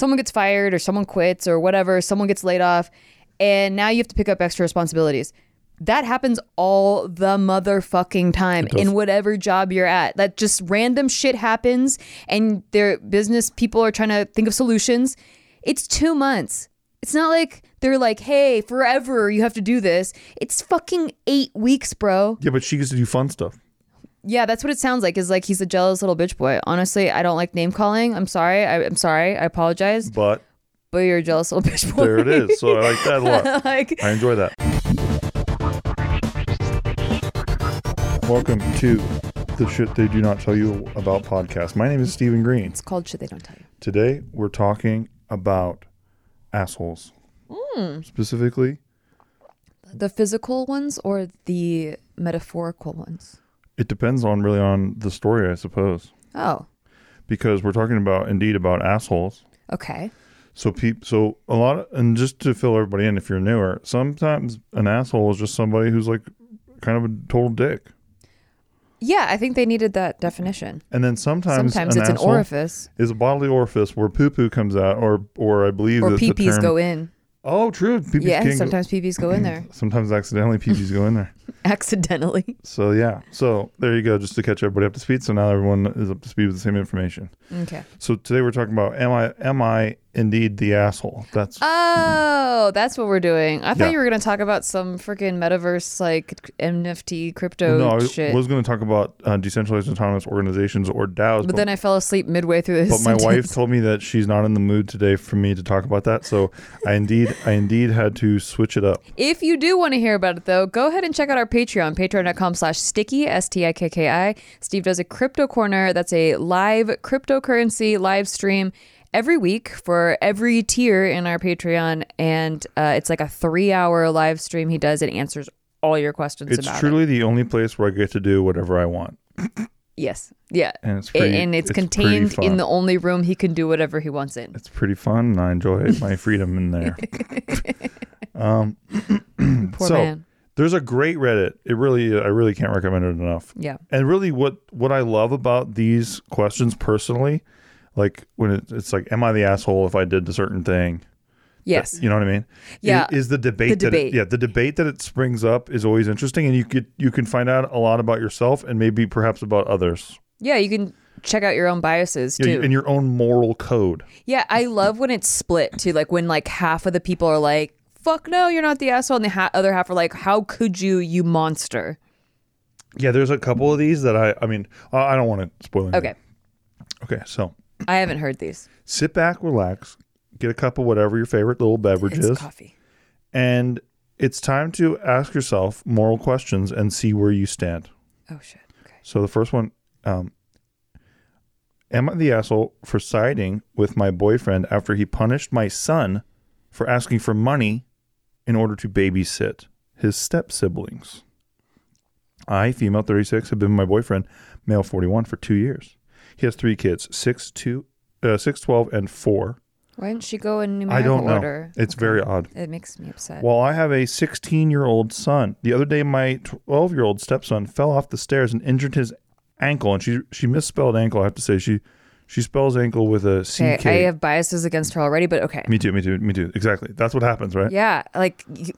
someone gets fired or someone quits or whatever, someone gets laid off, and now you have to pick up extra responsibilities. That happens all the motherfucking time in whatever job you're at. That just random shit happens, and their business people are trying to think of solutions. It's two months. It's not like they're like, hey, forever you have to do this. It's fucking eight weeks, bro. Yeah, but she gets to do fun stuff. Yeah, that's what it sounds like. Is like he's a jealous little bitch boy. Honestly, I don't like name calling. I'm sorry. I, I'm sorry. I apologize. But But you're a jealous little bitch boy. there it is. So I like that a lot. like I enjoy that. Welcome to the shit they do not tell you about podcast. My name is Stephen Green. it's called shit they don't tell you. Today we're talking about assholes, specifically The physical ones or the metaphorical ones? It depends on really on the story, I suppose, Oh, because we're talking about indeed about assholes. okay. So peop, so a lot, of, and just to fill everybody in, if you're newer, sometimes an asshole is just somebody who's like kind of a total dick, Yeah, I think they needed that definition. and then sometimes Sometimes an it's an asshole orifice is a bodily orifice where poo poo comes out, or or I believe or that the peepees term- go in. Oh, true. Pee-pees Yeah, can go- sometimes peepees go in there sometimes accidentally pee-pees go in there. accidentally. So yeah, so there you go, just to catch everybody up to speed. So now everyone is up to speed with the same information. Okay. So today we're talking about am I am I indeed the asshole? That's Oh, that's what we're doing. I thought Yeah. you were gonna talk about some freaking metaverse like NFT crypto no, I was, Oh, shit, was going to talk about uh, decentralized autonomous organizations or DAOs, but then I fell asleep midway through this. but my wife sentence. told me that she's not in the mood today for me to talk about that. So I indeed I indeed had to switch it up. If you do want to hear about it, though, go ahead and check out our Patreon, patreon.com slash sticky, S-T-I-K-K-I. Steve does a crypto corner. That's a live cryptocurrency live stream every week for every tier in our Patreon. And uh, it's like a three-hour live stream he does. It answers all your questions It's about truly it. the only place where I get to do whatever I want. Yes. Yeah. And it's A- pretty- and it's, it's pretty contained in fun. the only room he can do whatever he wants in. It's pretty fun and I enjoy my freedom in there. um Poor so man. there's a great Reddit. It really I really can't recommend it enough. Yeah. and really what what i love about these questions personally like when it, it's like am i the asshole if i did a certain thing Yes. You know what I mean? Yeah. Is, is the debate that debate. It, yeah, the debate that it springs up is always interesting and you could you can find out a lot about yourself and maybe perhaps about others. Yeah, you can check out your own biases You too. know, and your own moral code. Yeah, I love when it's split too. Like when like half of the people are like, "Fuck no, you're not the asshole," and the ha- other half are like, "How could you, you monster?" Yeah, there's a couple of these that I I mean, I I don't want to spoil anything. Okay, Okay, so I haven't heard these. sit back, relax, get a cup of whatever your favorite little beverage It's is, coffee. and it's time to ask yourself moral questions and see where you stand. Oh shit. Okay. So the first one, um, am I the asshole for siding with my boyfriend after he punished my son for asking for money in order to babysit his step siblings? I, female 36, have been my boyfriend, male 41, for two years. He has three kids, six, two, uh, six, 12, and four. Why didn't she go in I numerical don't know. order? It's very odd. It makes me upset. While I have a 16 year old son, the other day my 12 year old stepson fell off the stairs and injured his ankle. And she she misspelled ankle. I have to say she she spells ankle with a C K. okay, I have biases against her already, but okay. me too. Me too. Me too. Exactly. That's what happens, right? Yeah, like you,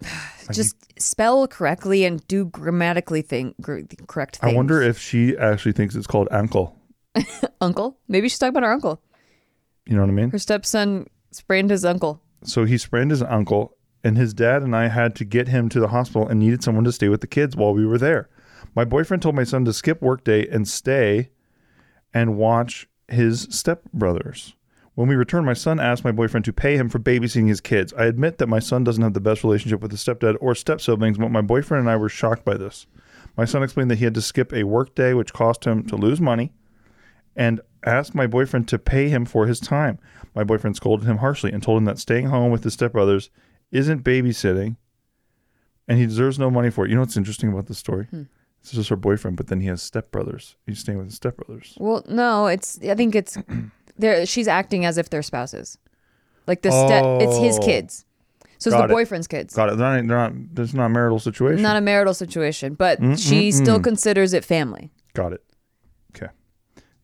just spell correctly and do grammatically thing gr- correct I things. wonder if she actually thinks it's called ankle. uncle. Maybe she's talking about her uncle. You know what I mean? Her stepson sprained his uncle. So he sprained his ankle, and his dad and I had to get him to the hospital and needed someone to stay with the kids while we were there. My boyfriend told my son to skip work day and stay and watch his stepbrothers. When we returned, my son asked my boyfriend to pay him for babysitting his kids. I admit that my son doesn't have the best relationship with his stepdad or step siblings, but my boyfriend and I were shocked by this. My son explained that he had to skip a work day, which cost him to lose money and asked my boyfriend to pay him for his time. My boyfriend scolded him harshly and told him that staying home with his stepbrothers isn't babysitting and he deserves no money for it. You know what's interesting about this story? Hmm. This is her boyfriend, but then he has stepbrothers. He's staying with his stepbrothers. Well, no, it's. I think it's. There, she's acting as if they're spouses. Like the step, it's his Oh. kids. So it's Got the it. boyfriend's kids. Got it. They're not, they're not, it's not a marital situation. Not a marital situation, but Mm, she still considers it family. Got it. Okay.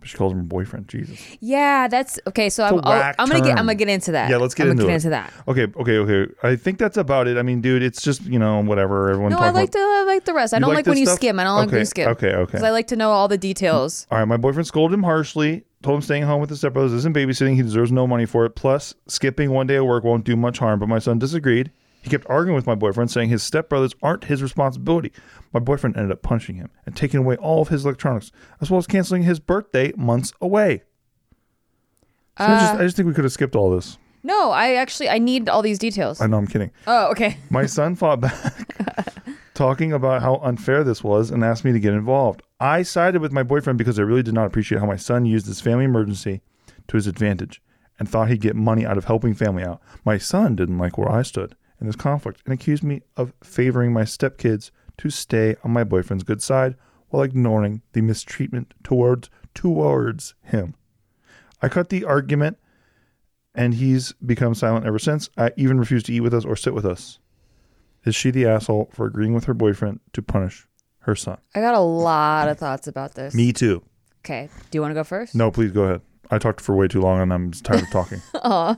But she calls him her boyfriend. Jesus. Yeah, that's okay. So I'm, a whack I'm gonna get. term. I'm gonna get into that. Yeah, let's get I'm into gonna it. get into that. Okay. Okay. Okay. I think that's about it. I mean, dude, it's just, you know, whatever. Everyone No, talk I like to. about- I like the rest. I You don't like like, when this you stuff? skim. I don't like when Okay, you skim. okay, okay. Because I like to know all the details. All right, my boyfriend scolded him harshly, told him staying home with his stepbrothers isn't babysitting. He deserves no money for it. Plus, skipping one day of work won't do much harm. But my son disagreed. He kept arguing with my boyfriend, saying his stepbrothers aren't his responsibility. My boyfriend ended up punching him and taking away all of his electronics, as well as canceling his birthday months away. So I, just, I just think we could have skipped all this. No, I actually I need all these details. I know Mm. I'm kidding. oh, okay. My son fought back, talking about how unfair this was and asked me to get involved. I sided with my boyfriend because I really did not appreciate how my son used his family emergency to his advantage and thought he'd get money out of helping family out. My son didn't like where I stood in this conflict and accused me of favoring my stepkids to stay on my boyfriend's good side while ignoring the mistreatment towards towards him. I cut the argument and he's become silent ever since. I even refused to eat with us or sit with us. Is she the asshole for agreeing with her boyfriend to punish her son? I got a lot of thoughts about this. too. Okay. Do you want to go first? No, please go ahead. I talked for way too long and I'm tired of talking. Aw.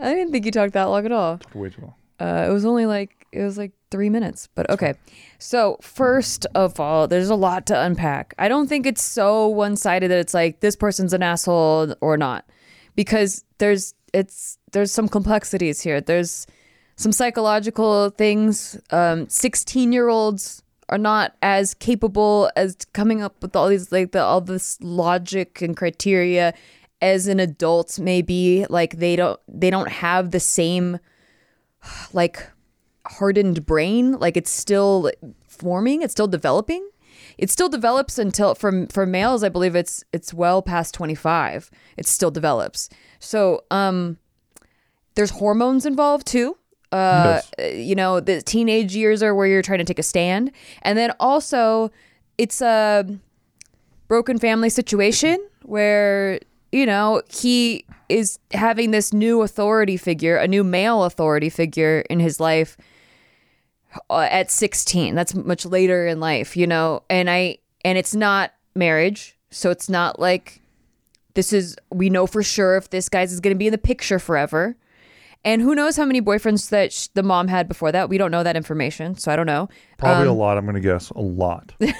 I didn't think you talked that long at all. Talked way too long. Uh, it was only like it was like three minutes, but okay. So first of all, there's a lot to unpack. I don't think it's so one sided that it's like this person's an asshole or not, because there's it's there's some complexities here. There's some psychological things. Um, Sixteen year olds are not as capable as coming up with all these like the all this logic and criteria as an adult maybe like they don't they don't have the same like hardened brain like it's still forming it's still developing it still develops until from for males i believe it's it's well past 25 it still develops so um there's hormones involved too uh you know the teenage years are where you're trying to take a stand and then also it's a broken family situation where you know he is having this new authority figure a new male authority figure in his life uh, at 16 that's much later in life you know and i and it's not marriage so it's not like this is we know for sure if this guy's is going to be in the picture forever And who knows how many boyfriends that sh- the mom had before that? We don't know that information, so I don't know. Probably um, a lot. I'm going to guess a lot. The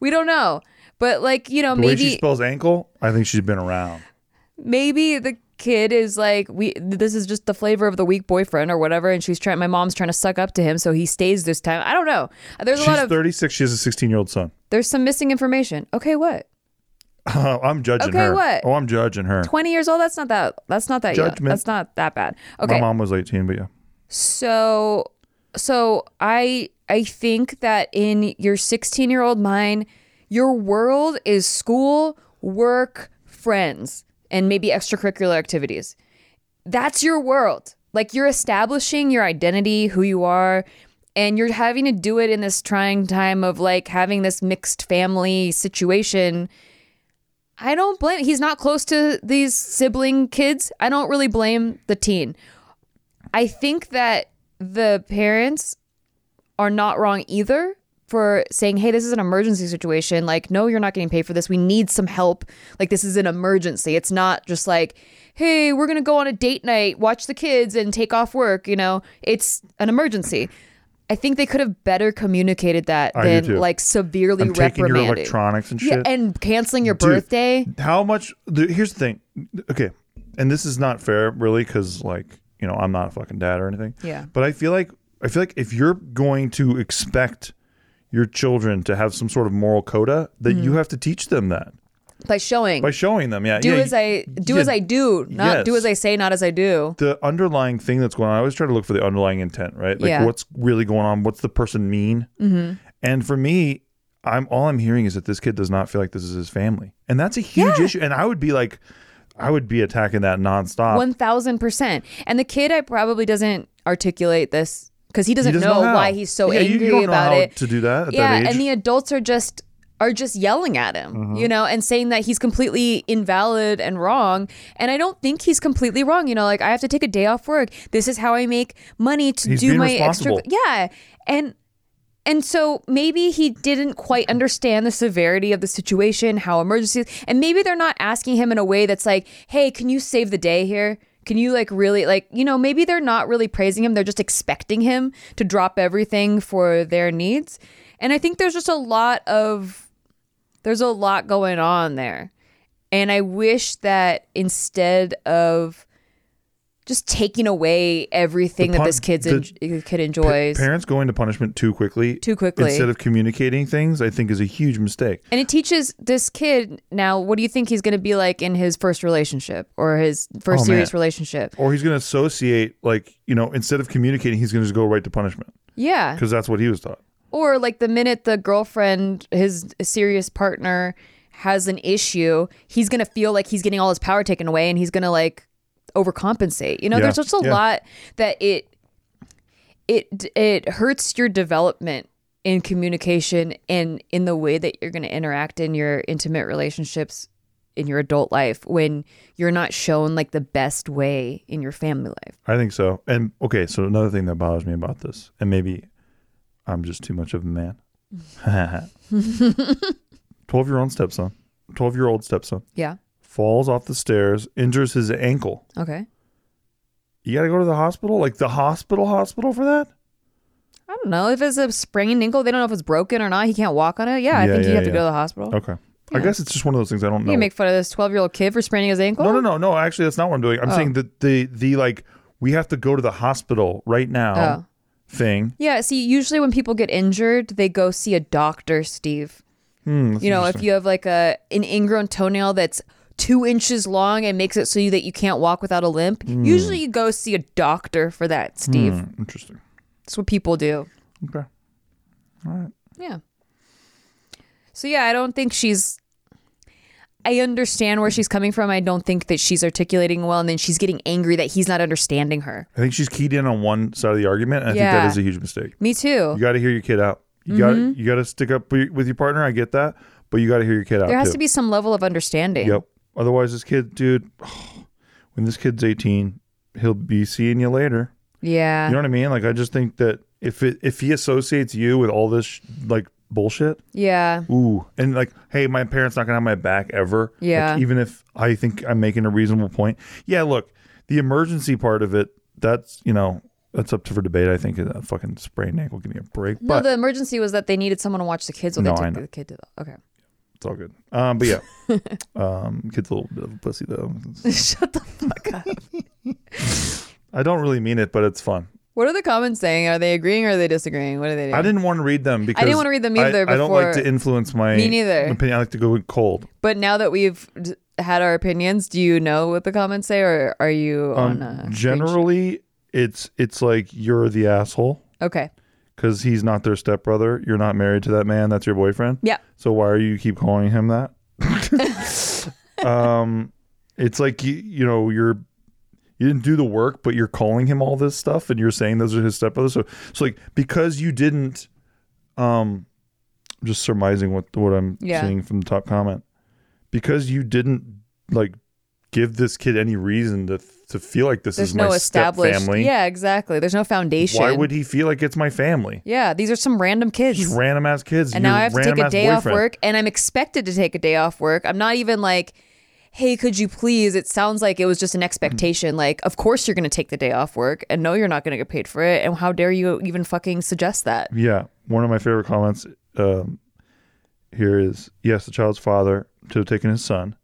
We don't know. But like, you know, way she maybe spells ankle, I think she's been around. maybe the kid is like we this is just the flavor of the week boyfriend or whatever and she's trying my mom's trying to suck up to him so he stays this time. I don't know. There's a She's lot of 36. She has a 16 year old son. there's some missing information. Okay, what? I'm judging Okay, her. what? Oh, I'm judging her. 20 years old? That's not that that's not that young. Judgment. That's not that bad. Okay. My mom was 18, but yeah. So so I I think that in your 16-year-old mind, your world is school, work, friends, and maybe extracurricular activities. That's your world. Like you're establishing your identity, who you are, and you're having to do it in this trying time of like having this mixed family situation. I don't blame he's not close to these sibling kids. I don't really blame the teen. I think that the parents are not wrong either for saying, hey, this is an emergency situation. Like, no, you're not getting paid for this. We need some help. Like, this is an emergency. It's not just like, hey, we're going to go on a date night, watch the kids, and take off work. You know, it's an emergency. I think they could have better communicated that I do than too. like severely I'm taking your reprimanding. electronics and shit. Yeah, and canceling your Dude. birthday. how much the, here's the thing okay and this is not fair really because like you know i'm not a fucking dad or anything Yeah. but i feel like i feel like if you're going to expect your children to have some sort of moral coda that you have to teach them that By showing, by showing them yeah Mm-hmm. do yeah, as I do as yeah, I do, not do Yes. as I say, not as I do. the underlying thing that's going on i always try to look for the underlying intent right like Yeah. what's really going on what's the person mean mm-hmm. and for me i'm all i'm hearing is that this kid does not feel like this is his family and that's a huge issue and i would be like i would be attacking that nonstop One thousand percent. And the kid, I probably doesn't articulate this because he doesn't, He doesn't know, how. why he's so Yeah, you- you angry don't know about how it. to do that at yeah, that age. Mm-hmm. and the adults are just are just yelling at him, you know, and saying that he's completely invalid and wrong. And I don't think he's completely wrong. You know, like I have to take a day off work. This is how I make money to He's do being my extra. responsible. Yeah, and and so maybe he didn't quite understand the severity of the situation, how emergencies, and maybe they're not asking him in a way that's like, hey, can you save the day here? Can you like really like you know maybe they're not really praising him they're just expecting him to drop everything for their needs and I think there's just a lot of there's a lot going on there and I wish that instead of just taking away everything that The pun- this kid's the- en- kid Pa- enjoys parents going to punishment too quickly, Too quickly. instead of communicating things, I think is a huge mistake. And it teaches this kid now what do you think he's going to be like in his first relationship or his first Oh, serious man. relationship? Or he's going to associate, like you know, instead of communicating, he's going to just go right to punishment Yeah. because that's what he was taught. Or like the minute the girlfriend, his serious partner has an issue, he's going to feel like he's getting all his power taken away and he's going to like overcompensate. You know, Yeah. there's just a Yeah. lot that it it it hurts your development in communication and in the way that you're going to interact in your intimate relationships in your adult life when you're not shown like the best way in your family life. I think so. And okay, so another thing that bothers me about this, and maybe I'm just too much of a man. Twelve-year-old stepson, twelve-year-old stepson Yeah. falls off the stairs, injures his ankle. Okay. You got to go to the hospital, like the hospital, hospital for that. I don't know if it's a sprained ankle. They don't know if it's broken or not. He can't walk on it. Yeah, I Yeah, think you yeah, have to yeah. go to the hospital. Okay. I guess it's just one of those things I don't You know. can make fun of this twelve-year-old kid for spraining his ankle. No, no, no, no. Actually, that's not what I'm doing. Oh. I'm saying that the the like we have to go to the hospital right now thing. Oh. Yeah. See, usually when people get injured, they go see a doctor, Steve. Hmm, that's you know, if you have like a an ingrown toenail that's two inches long and makes it so you, that you can't walk without a limp, usually you go see a doctor for that, Steve. Hmm, interesting. That's what people do. Okay. Yeah. So yeah, I don't think she's I understand where she's coming from. I don't think that she's articulating well and then she's getting angry that he's not understanding her. I think she's keyed in on one side of the argument. And I think Yeah. Mm-hmm. that is a huge mistake. Me You too. got to hear your kid out. You got to you got to stick up wi- with your partner. I get that, but you got to hear your kid out. There has too. to be some level of understanding. Yep. Otherwise, this kid, dude, when this kid's 18, he'll be seeing you later. Yeah. You know what I mean? Like I just think that if it if he associates you with all this sh- like bullshit, yeah. Ooh, and like, hey, my parents not gonna have my back ever. Like, Yeah. even if I think I'm making a reasonable point. Yeah, look, the emergency part of it that's you know that's up to for debate. I think a fucking sprained ankle. Give me a break. No, but the emergency was that they needed someone to watch the kids when No, they I took know. the kid to the. Okay. it's all good. Um, but yeah, um, kid's a little bit of a pussy though. Shut the fuck up. I don't really mean it, but it's fun. What are the comments saying? Are they agreeing or are they disagreeing? What are they doing? I didn't want to read them because want to read them I- either I, don't like before- to influence my Me neither. opinion. I like to go cold. But now that we've d- had our opinions, do you know what the comments say or are you on Um, a generally, it's it's like you're the asshole Okay. because he's not their stepbrother. You're not married to that man. That's your boyfriend. Yeah. So why are you keep calling him that? um, it's like you you know you're you didn't do the work, but you're calling him all this stuff, and you're saying those are his stepbrothers. So so like because you didn't, um, I'm just surmising what what I'm Yeah. seeing from the top comment, because you didn't like give this kid any reason to to feel like this There's is my no established. family. Yeah, exactly. There's no foundation. Why would he feel like it's my family? Yeah, these are some random kids. Just random ass kids. and your now I have to take a random-ass day off boyfriend. work, and I'm expected to take a day off work. I'm not even like, hey, could you please? It sounds like it was Mm. just an expectation. Like, of course you're going to take the day off work, and no, you're not going to get paid for it. And how dare you even fucking suggest that? Yeah. One of my favorite comments um, here is yes, the child's father to have taken his son,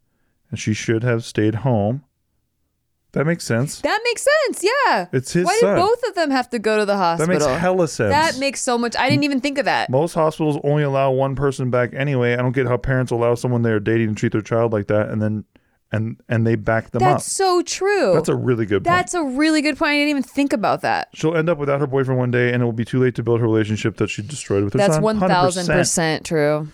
and she should have stayed home. That makes sense. That makes sense. Yeah. It's his Why son. did both of them have to go to the that hospital? makes hella sense. That makes so much. I didn't even think of that. Most hospitals only allow one person back anyway. I don't get how parents allow someone they're dating to treat their child like that, and then and and they back them That's up. so true. That's a really good point. That's a really good point. I didn't even think about that. She'll end up without her boyfriend one day, and it will be too late to build her relationship that she destroyed with her That's son. one 100%. thousand percent true.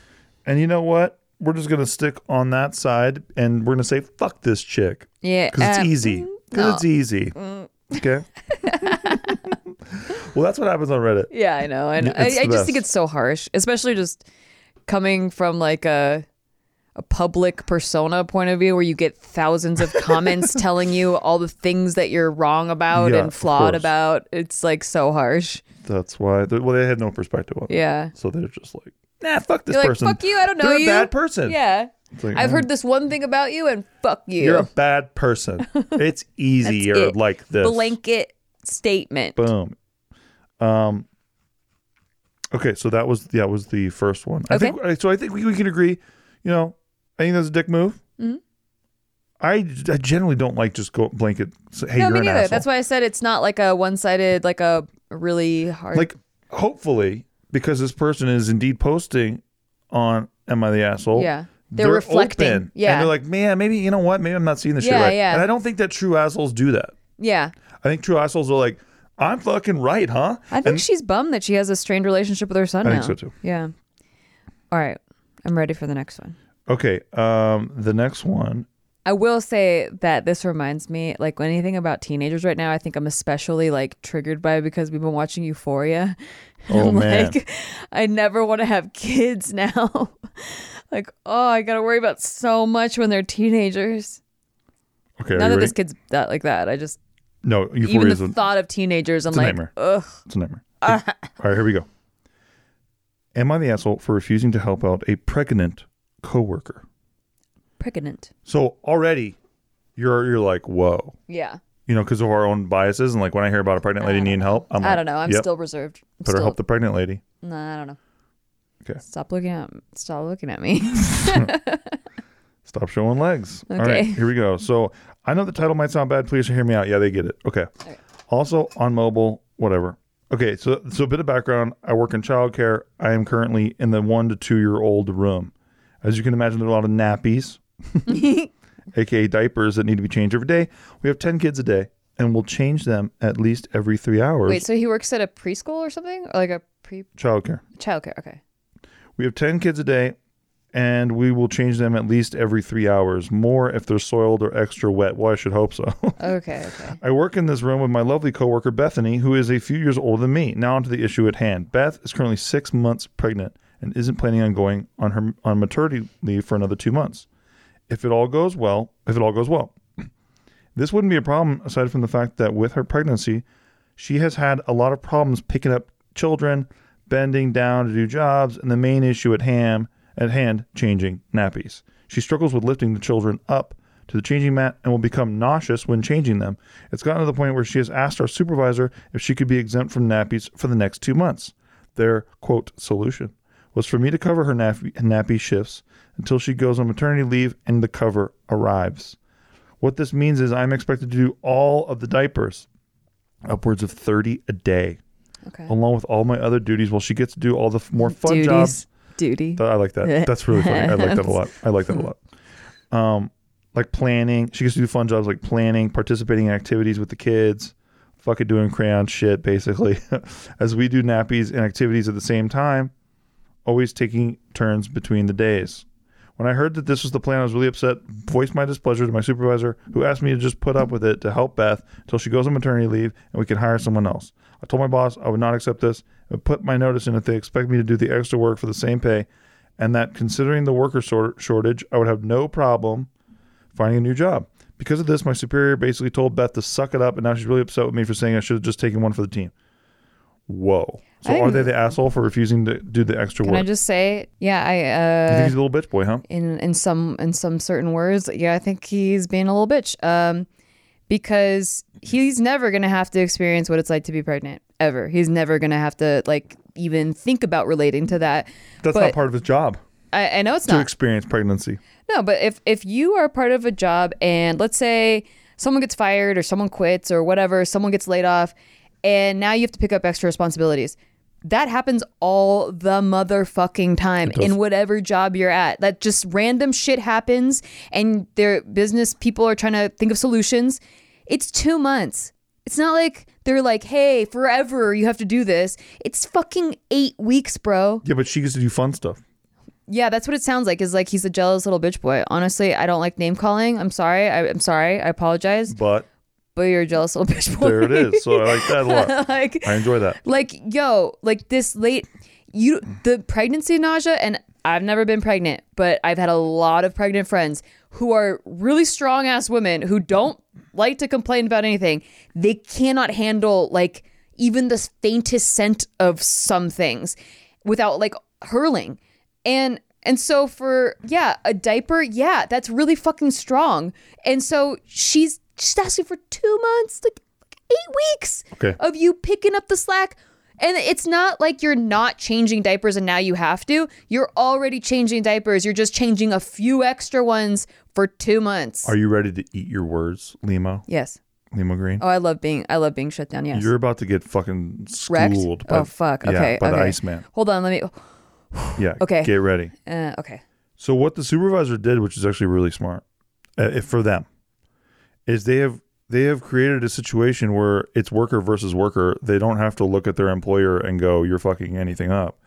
And you know what? We're just gonna stick on that side, and we're gonna say fuck this chick Yeah, Mm. because it's uh, easy. Because it's easy. Okay. well, that's what happens on Reddit. Yeah, I know. I, know. I, I e- It's the just think best. it's so harsh, especially just coming from like a a public persona point of view, where you get thousands of comments telling you all the things that you're wrong about Yeah, and of flawed course. about. It's like so harsh. That's why. Well, they had no perspective on it, Yeah. so they're just like, nah, fuck this You're like, person. fuck you, I don't know They're you. a bad person. Yeah. It's like, I've mm, heard this one thing about you, and fuck you. You're a bad person. It's easier it. like this. Blanket statement. Boom. Um. Okay, so that was that was the first one. I Okay. think so. I think we, we can agree. You know, I think that's a dick move. Mm-hmm. I, I generally don't like just go blanket. Say, hey, no, you're me an neither. asshole. That's why I said it's not like a one-sided, like a really hard. Like, hopefully, because this person is indeed posting on "Am I the asshole?" Yeah. They're reflecting. open, Yeah. and they're like, man, maybe you know what? Maybe I'm not seeing this shit Yeah, right. yeah. And I don't think that true assholes do that. yeah, I think true assholes are like, I'm fucking right, huh? I think she's bummed that she has a strained relationship with her son I now. think so, too. Yeah. All right, I'm ready for the next one. Okay. Um. The next one I will say that this reminds me, like anything about teenagers right now, I think I'm especially like triggered by because we've been watching Euphoria. Oh, I'm man. like, I never want to have kids now. like, oh, I gotta worry about so much when they're teenagers. Okay. Not are you that ready? this kid's that like that. I just no, even Euphoria the is a, thought of teenagers, I'm it's a like, nightmare. ugh. it's a nightmare. All right, here we go. Am I the asshole for refusing to help out a pregnant coworker? pregnant. So already, you're you're like whoa, Yeah. you know, because of our own biases and like when I hear about a pregnant lady needing help, I'm Uh, I like, don't know. I'm yep, still reserved. I'm better still, help the pregnant lady. No, I don't know. Okay. Stop looking at stop looking at me. Stop showing legs. All Okay. right, here we go. So I know the title might sound bad. Please hear me out. Yeah, they get it. Okay. Also on mobile, whatever. Okay, so so a bit of background. I work in childcare. I am currently in the one to two year old room. As you can imagine, there are a lot of nappies, aka diapers, that need to be changed every day. We have ten kids a day, and we'll change them at least every three hours. Wait, so he works at a preschool or something? Or like a pre Childcare. childcare. Okay. We have 10 kids a day, and we will change them at least every three hours, more if they're soiled or extra wet. Well, I should hope so. Okay, okay. I work in this room with my lovely coworker Bethany, who is a few years older than me. Now onto the issue at hand. Beth is currently six months pregnant and isn't planning on going on her on maternity leave for another two months. If it all goes well, if it all goes well, this wouldn't be a problem aside from the fact that with her pregnancy, she has had a lot of problems picking up children, bending down to do jobs, and the main issue at hand at hand changing nappies. She struggles with lifting the children up to the changing mat and will become nauseous when changing them. It's gotten to the point where she has asked our supervisor if she could be exempt from nappies for the next two months. Their quote solution was for me to cover her nappy, nappy shifts until she goes on maternity leave and the cover arrives. What this means is I'm expected to do all of the diapers, upwards of 30 a day, Okay. along with all my other duties while she gets to do all the f- more fun Duties. jobs. Duty. Th- I like that. That's really funny. I like that a lot. I like that a lot. Um, like planning. She gets to do fun jobs like planning, participating in activities with the kids, fucking doing crayon shit, basically. As we do nappies and activities at the same time, always taking turns between the days. When I heard that this was the plan, I was really upset, voiced my displeasure to my supervisor, who asked me to just put up with it to help Beth until she goes on maternity leave and we can hire someone else. I told my boss I would not accept this and would put my notice in if they expect me to do the extra work for the same pay, and that considering the worker sor- shortage, I would have no problem finding a new job. Because of this, my superior basically told Beth to suck it up, and now she's really upset with me for saying I should have just taken one for the team. Whoa. So I are think- they the asshole for refusing to do the extra Can work? I just say, You yeah, I think uh, he's a little bitch boy, huh? in in some in some certain words, yeah, I think he's being a little bitch. Um, because he's never gonna have to experience what it's like to be pregnant ever. He's never gonna have to like even think about relating to that. That's but not part of his job I, I know it's to not. experience pregnancy. No, but if if you are part of a job and let's say someone gets fired or someone quits or whatever, someone gets laid off, and now you have to pick up extra responsibilities. That happens all the motherfucking time in whatever job you're at. That just random shit happens and their business people are trying to think of solutions. It's two months. It's not like they're like, hey, forever you have to do this. It's fucking eight weeks, bro. Yeah, but she gets to do fun stuff. Yeah, that's what it sounds like. Is like he's a jealous little bitch boy. Honestly, I don't like name calling. I'm sorry. I, I'm sorry. I apologize. But But you're a jealous little bitch boy. there it is. So I like that a lot. like, I enjoy that. like yo, like this late, you the pregnancy nausea, and I've never been pregnant, but I've had a lot of pregnant friends who are really strong ass women who don't like to complain about anything. They cannot handle like even the faintest scent of some things without like hurling. And and so for yeah, a diaper, yeah, that's really fucking strong. And so she's she's asking for two months, like eight weeks Okay. of you picking up the slack. And it's not like you're not changing diapers and now you have to. You're already changing diapers. You're just changing a few extra ones for two months. Are you ready to eat your words, Limo? yes. Limo Green? Oh, I love being I love being shut down. Yes. You're about to get fucking Wrecked? schooled. by- Oh fuck. yeah, Okay. by okay. the Iceman. Hold on. Let me. Yeah. Okay. Get ready. Uh, okay. So what the supervisor did, which is actually really smart, uh, if for them, is they have they have created a situation where it's worker versus worker. They don't have to look at their employer and go, "You're fucking anything up."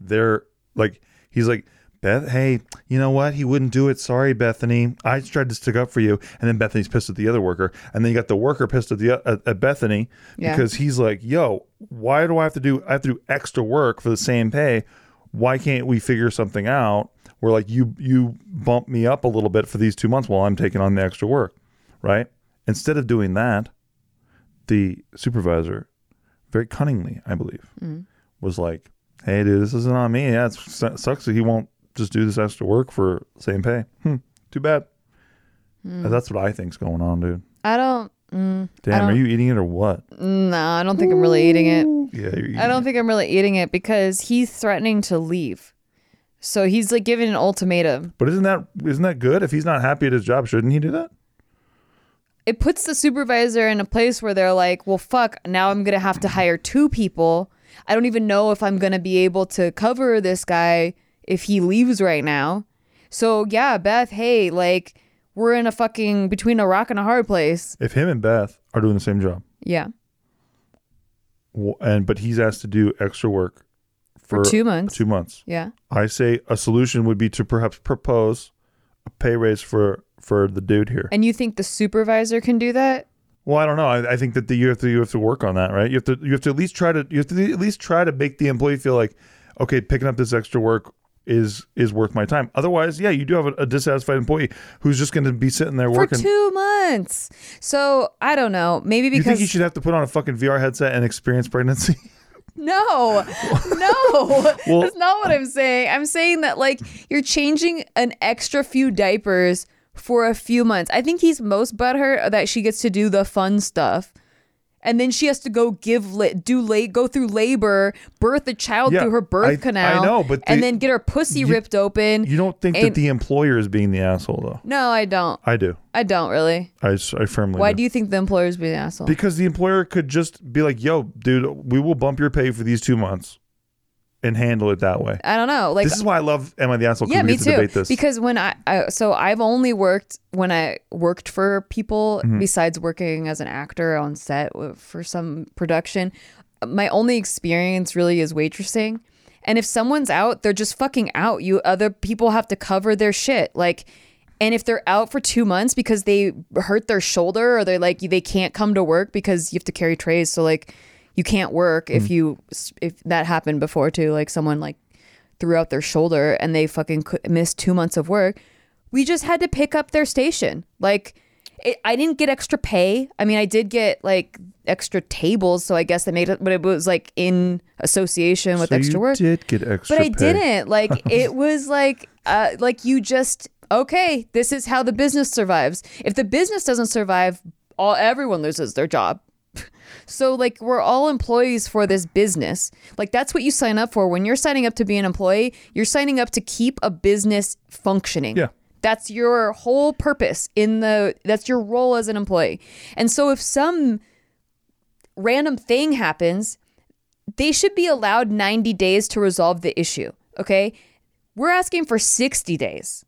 They're like, he's like, Beth, hey, you know what? He wouldn't do it. Sorry, Bethany. I just tried to stick up for you, and then Bethany's pissed at the other worker, and then you got the worker pissed at the o- at, at Bethany Yeah. because he's like, "Yo, why do I have to do? I have to do extra work for the same pay. Why can't we figure something out? Where like you you bump me up a little bit for these two months while I'm taking on the extra work, right? Instead of doing that, the supervisor, very cunningly, I believe, Mm-hmm. was like, "Hey, dude, this isn't on me. Yeah, it sucks that he won't just do this extra work for same pay. Hmm, too bad." Hmm. That's what I think's going on, dude. I don't. Mm, Damn, are you eating it or what? no, I don't think I'm really eating it. Yeah, you're eating I don't think I'm really eating it because he's threatening to leave. So he's like giving an ultimatum. But isn't that isn't that good? If he's not happy at his job, shouldn't he do that? It puts the supervisor in a place where they're like, well, fuck, now I'm going to have to hire two people. I don't even know if I'm going to be able to cover this guy if he leaves right now. So, yeah, Beth, hey, like, we're in a fucking between a rock and a hard place. If him and Beth are doing the same job, Yeah. w- and but he's asked to do extra work For two months. two months, Yeah. I say a solution would be to perhaps propose a pay raise for for the dude here. And you think the supervisor can do that? Well, I don't know. I, I think that the, you have to you have to work on that, right? You have to you have to at least try to you have to at least try to make the employee feel like, okay, picking up this extra work is is worth my time. Otherwise, yeah, you do have a, a dissatisfied employee who's just going to be sitting there For working. two months. So, I don't know. Maybe because. you think you should have to put on a fucking VR headset and experience pregnancy? No, no, that's not what I'm saying. I'm saying that like you're changing an extra few diapers for a few months. I think he's most butthurt that she gets to do the fun stuff. And then she has to go give lit, do late, go through labor, birth a child Yeah, through her birth I- I canal. know, but and the- then get her pussy you- ripped open. You don't think that And- the employer is being the asshole though? No, I don't. I do. I don't really. I, s- I firmly. Why do. do you think the employer's being an asshole? Because the employer could just be like, "Yo, dude, we will bump your pay for these two months," and handle it that way. I don't know. Like this is why I love Am I the Asshole? 'cause yeah, we me get to too. Debate this. Because when I, I so I've only worked when I worked for people Mm-hmm. besides working as an actor on set w- for some production. My only experience really is waitressing. And if someone's out, they're just fucking out. You other people have to cover their shit. Like and if they're out for 2 months because they hurt their shoulder or they're like they can't come to work because you have to carry trays so like you can't work Mm. if you if that happened before too like someone like threw out their shoulder and they fucking cou- missed two months of work. We just had to pick up their station. Like, it, I didn't get extra pay. I mean, I did get like extra tables, so I guess that made it, but it was like in association with So extra you work. did get extra, but I pay. didn't. Like, it was like, uh, like you just okay. This is how the business survives. If the business doesn't survive, all everyone loses their job. So like we're all employees for this business. Like that's what you sign up for when you're signing up to be an employee, you're signing up to keep a business functioning. Yeah. That's your whole purpose in the that's your role as an employee. And so if some random thing happens, they should be allowed 90 days to resolve the issue, okay? We're asking for 60 days.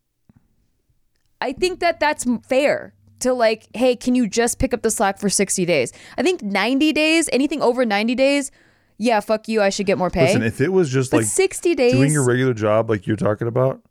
I think that that's m- fair to like, hey, can you just pick up the slack for 60 days? I think 90 days, anything over 90 days, yeah, fuck you, I should get more pay. Listen, if it was just but like 60 days, doing your regular job, like you're talking about,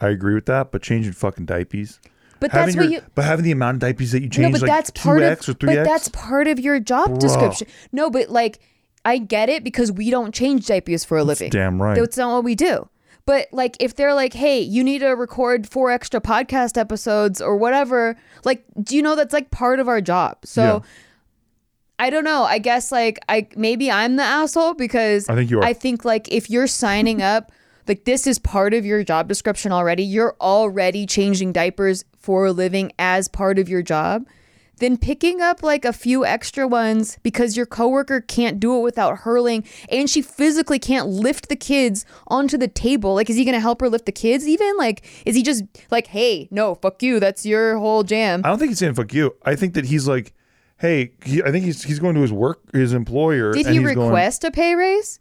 I agree with that. But changing fucking diapers. but having that's what your- you. But having the amount of diapers that you No, change, but like that's part two of. X or three but X. that's part of your job description. No, but like, I get it because we don't change diapers for a living. damn right. That's not what we do. But like, if they're like, "Hey, you need to record four extra podcast episodes or whatever," like, do you know that's like part of our job? So. Yeah. I don't know. I guess like I maybe I'm the asshole because I think you are. I think like if you're signing up, like this is part of your job description already. You're already changing diapers for a living as part of your job. Then picking up like a few extra ones because your coworker can't do it without hurling and she physically can't lift the kids onto the table. Like, is he gonna help her lift the kids even? Like, is he just like, hey, no, fuck you, that's your whole jam. I don't think he's saying fuck you. I think that he's like, hey, he, I think he's he's going to his work, his employer. Did and he he's going, request a pay raise?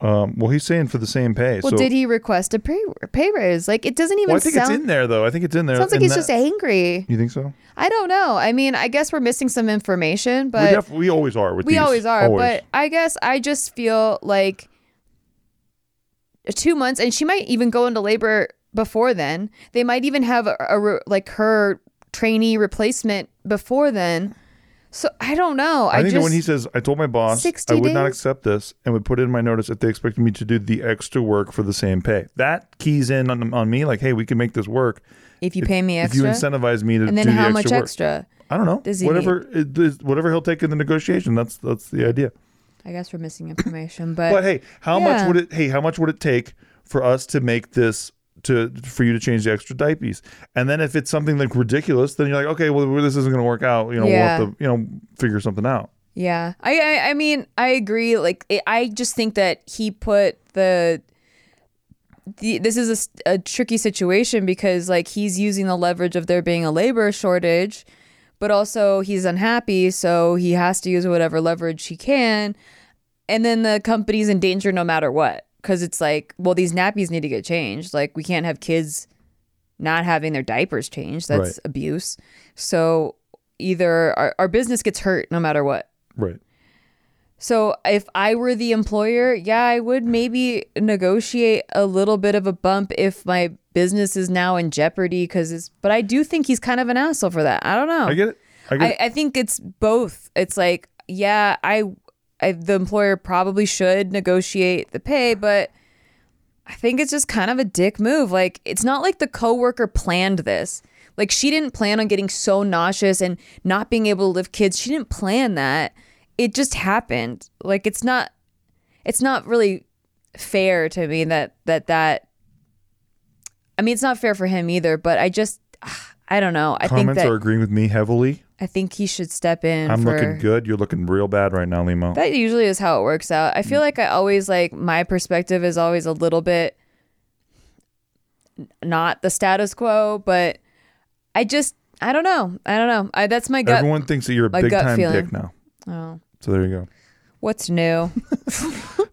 um, well, he's saying for the same pay. Well, so, did he request a pay, pay raise? Like, it doesn't even Well, I think sound. it's in there though. I think it's in there. sounds like and he's that- just angry. You think so? I don't know. I mean, I guess we're missing some information, we, but def- we always are with we, these. always are. But I guess I just feel like two months, and she might even go into labor before then. They might even have a, a re- like her trainee replacement before then. So I don't know. I, I, think just that when he says, "I told my boss I 60 would not days? accept this and would put in my notice if they expected me to do the extra work for the same pay," that keys in on, on me. Like, hey, we can make this work if you pay me if extra, you incentivize me to and then do how the much extra work. extra? I don't know. does he whatever, it is- whatever he'll take in the negotiation. That's that's the idea. I guess we're missing information, But hey, how Yeah. much would it? Hey, how much would it take for us to make this to for you to change the extra diapers? And then if it's something like ridiculous, then you're like, okay, well, this isn't going to work out. You know, Yeah. we'll have to you know figure something out. Yeah, I I, I mean I agree. Like it, I just think that he put the the this is a s- a, tricky situation because like he's using the leverage of there being a labor shortage, but also he's unhappy, so he has to use whatever leverage he can, and then the company's in danger no matter what because it's like well these nappies need to get changed. Like we can't have kids not having their diapers changed. That's Right. abuse. So either our, our business gets hurt no matter what. Right. So if I were the employer, yeah, I would maybe negotiate a little bit of a bump if my business is now in jeopardy because it's but I do think he's kind of an asshole for that. I don't know. I get it. I get I, it. I think it's both. It's like, yeah, I, I the employer probably should negotiate the pay, but I think it's just kind of a dick move. Like it's not like the coworker planned this. Like she didn't plan on getting so nauseous and not being able to lift kids. She didn't plan that. It just happened. Like it's not it's not really fair to me that that that I mean, it's not fair for him either, but I just I don't know. I think Comments that are agreeing with me heavily. I think he should step in. I'm for, looking good. You're looking real bad right now, Limo. That usually is how it works out. I Mm. feel like I always like my perspective is always a little bit not the status quo, but I just I don't know. I don't know. I, that's my gut. Everyone thinks that you're a my big gut time feeling. dick now. Oh, So there you go. what's new?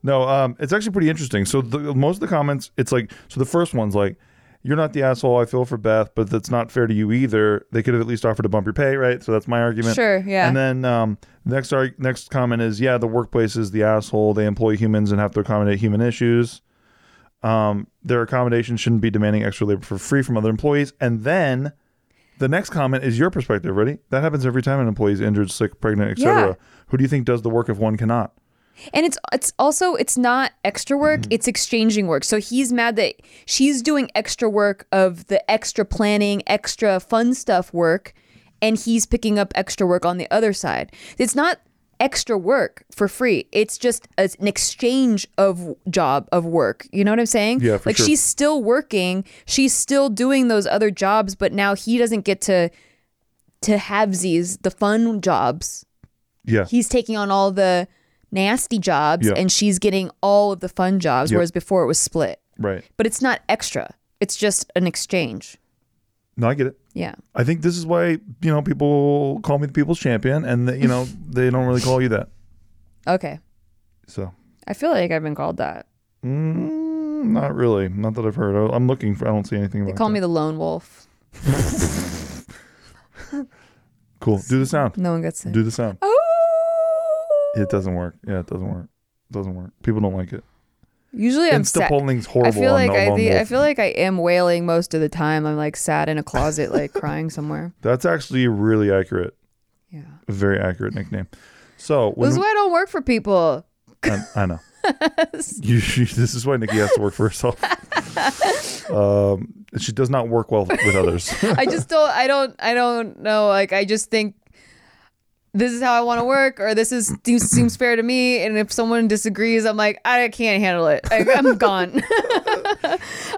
No, um, it's actually pretty interesting. So the, most of the comments, it's like, so the first one's like, "You're not the asshole. I feel for Beth, but that's not fair to you either. They could have at least offered to bump your pay, right? So that's my argument. Sure, yeah. And then um, next our next comment is, yeah, the workplace is the asshole. They employ humans and have to accommodate human issues. Um, their accommodations shouldn't be demanding extra labor for free from other employees. And then the next comment is your perspective. Ready? That happens every time an employee is injured, sick, pregnant, etc. Yeah. Who do you think does the work if one cannot? And it's it's also it's not extra work, Mm-hmm. it's exchanging work. So he's mad that she's doing extra work of the extra planning, extra fun stuff work, and he's picking up extra work on the other side. It's not extra work for free. It's just as an exchange of job of work. You know what I'm saying? Yeah, for like sure. she's still working, she's still doing those other jobs, but now he doesn't get to to have these the fun jobs Yeah. he's taking on all the nasty jobs Yeah. and she's getting all of the fun jobs Yep. whereas before it was split right. but it's not extra it's just an exchange No, I get it. yeah I think this is why you know people call me the people's champion, and that, you know they don't really call you that. okay So, i feel like i've been called that mm, not really, not that I've heard. I- I'm looking for. I don't see anything. they about call that. me the lone wolf Cool. Do the sound. no one gets it Do the sound. oh It doesn't work. Yeah, it doesn't work. It doesn't work. People don't like it. usually i'm Insta sad polling's i horrible. feel on like the i lone the, i wolf. feel like i am wailing most of the time i'm like sat in a closet like crying somewhere That's actually really accurate. yeah A very accurate nickname. So this when is why i don't work for people I, I know. you, she, this is why Nikki has to work for herself. um, she does not work well with others. I just don't I don't I don't know like I just think this is how I want to work or this is seems, seems fair to me and if someone disagrees I'm like I can't handle it. I, I'm gone.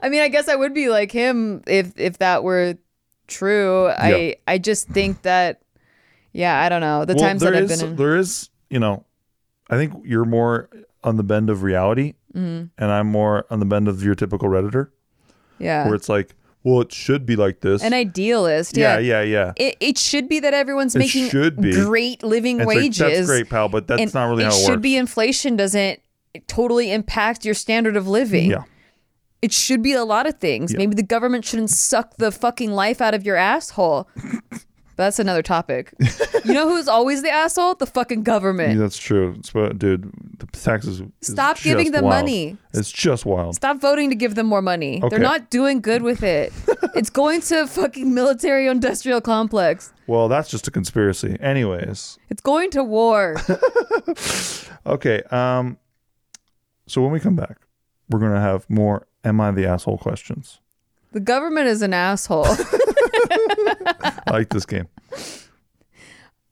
I mean, I guess I would be like him if if that were true. Yeah. I I just think that yeah, I don't know. The times that there I've is- been in there is, you know, I think you're more on the bend of reality, Mm-hmm. and I'm more on the bend of your typical redditor, yeah. where it's like, well, it should be like this. An idealist. yeah, Yeah. yeah, yeah. It, it should be that everyone's It making should be. great living And it's wages. Like, That's great, pal, but that's and not really it how it should works. be inflation doesn't totally impact your standard of living yeah, it should be a lot of things Yeah. maybe the government shouldn't suck the fucking life out of your asshole that's another topic you know who's always the asshole the fucking Yeah, government that's true. It's what- dude, the taxes. is Stop just giving them wild. money. It's just wild. stop voting to give them more money Okay. they're not doing good with it it's going to fucking military industrial complex Well, that's just a conspiracy. Anyways, it's going to war okay. Um, so when we come back, we're gonna have more. Am I the asshole questions? the government is an asshole all I like this game.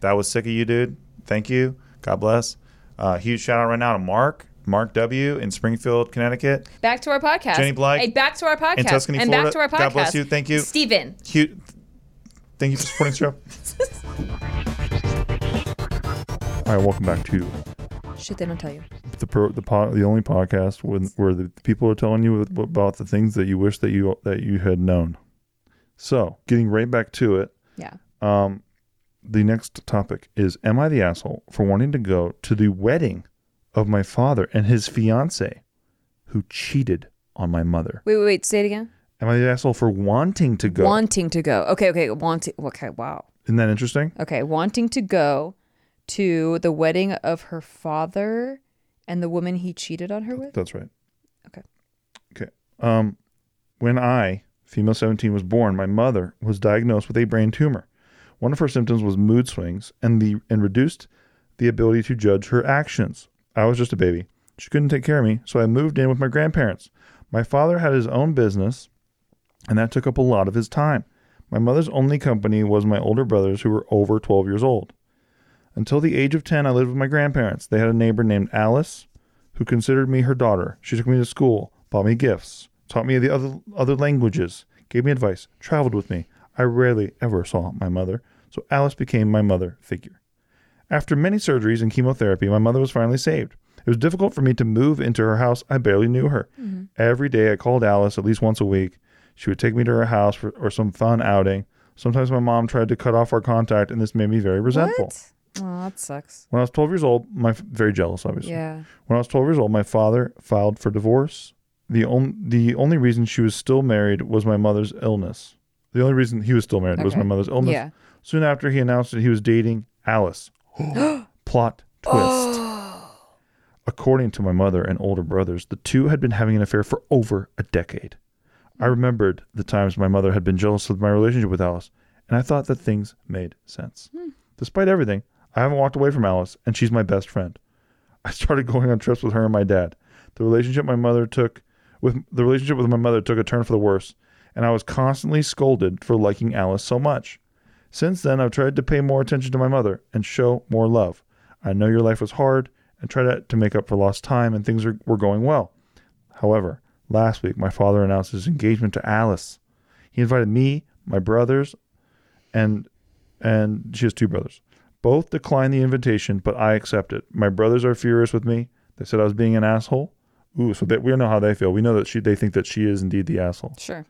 That was sick of you, dude. Thank you. God bless. Uh, huge shout out right now to Mark, Mark W. in Springfield, Connecticut. Back to our podcast, Jenny Blythe Hey, back to our podcast, in Tuscany, and Florida. back to our podcast. God bless you. Thank you. Steven. Huge. Thank you for supporting the show. all right, welcome back to Shit, they don't tell you. the pro, the po- the only podcast when where the people are telling you about the things that you wish that you that you had known. So, getting right back to it, Yeah. um, the next topic is: Am I the asshole for wanting to go to the wedding of my father and his fiance, who cheated on my mother? Wait, wait, wait. Say it again. Am I the asshole for wanting to go? Wanting to go. Okay, okay. Wanting. Okay, wow. Isn't that interesting? Okay, wanting to go to the wedding of her father and the woman he cheated on her with. That's right. Okay. Okay. Um, when I, female 17, was born, my mother was diagnosed with a brain tumor. One of her symptoms was mood swings and the and reduced the ability to judge her actions. I was just a baby. She couldn't take care of me, so I moved in with my grandparents. My father had his own business, and that took up a lot of his time. My mother's only company was my older brothers who were over 12 years old. Until the age of 10, I lived with my grandparents. They had a neighbor named Alice who considered me her daughter. She took me to school, bought me gifts, taught me the other other languages, gave me advice, traveled with me. I rarely ever saw my mother, so Alice became my mother figure. After many surgeries and chemotherapy, my mother was finally saved. It was difficult for me to move into her house. I barely knew her. Every day I called Alice at least once a week. She would take me to her house for, or some fun outing. Sometimes my mom tried to cut off our contact, and this made me very resentful. What? Oh, that sucks. When I was 12 years old, my very jealous, obviously. Yeah. When I was 12 years old, my father filed for divorce. The, on- the only reason she was still married was my mother's illness. The only reason he was still married was Okay. my mother's illness. Yeah. Soon after, he announced that he was dating Alice. Plot twist. According to my mother and older brothers, the two had been having an affair for over a decade. I remembered the times my mother had been jealous of my relationship with Alice, and I thought that things made sense. Despite everything, I haven't walked away from Alice, and she's my best friend. I started going on trips with her and my dad. The relationship my mother took with the relationship with my mother took a turn for the worse, and I was constantly scolded for liking Alice so much. Since then, I've tried to pay more attention to my mother and show more love. I know your life was hard and try to, to make up for lost time, and things are, were going well. However, last week, my father announced his engagement to Alice. He invited me, my brothers, and and she has two brothers. Both declined the invitation, but I accepted. My brothers are furious with me. They said I was being an asshole. Ooh, so that we know how they feel. We know that she they think that she is indeed the asshole. Sure.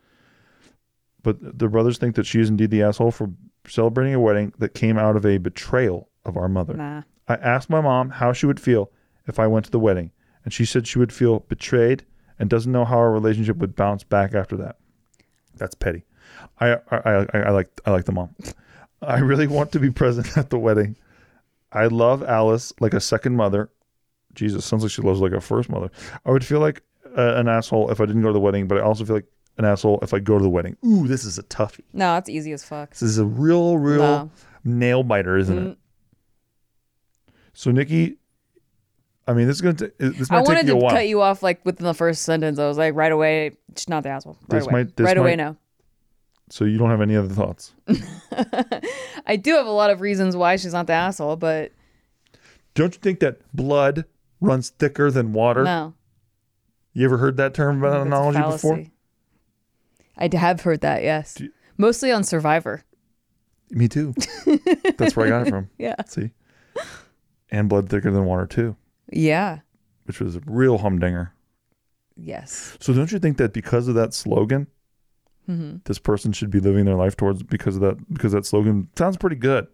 But the brothers think that she is indeed the asshole for celebrating a wedding that came out of a betrayal of our mother. Nah. I asked my mom how she would feel if I went to the wedding, and she said she would feel betrayed and doesn't know how our relationship would bounce back after that. That's petty. I I, I, I like I like the mom. I really want to be present at the wedding. I love Alice like a second mother. Jesus, sounds like she loves like a first mother. I would feel like uh, an asshole if I didn't go to the wedding, but I also feel like an asshole if I go to the wedding. Ooh, this is a toughie. No, that's easy as fuck. This is a real, real No. nail biter, isn't Mm. it? So Nikki, I mean, this is gonna ta- this I might take wanted to you a while. cut you off like within the first sentence. I was like, right away, she's not the asshole. Right This away. might- this right away, might- no. so you don't have any other thoughts? I do have a lot of reasons why she's not the asshole, but Don't you think that blood runs thicker than water? no. You ever heard that term I about think that's a analogy before? fallacy. I d- have heard that, yes. Mostly on Survivor. Me too. That's where I got it from. Yeah. See, and blood thicker than water too, Yeah. which was a real humdinger. Yes. So don't you think that because of that slogan, this person should be living their life towards because of that because that slogan sounds pretty good.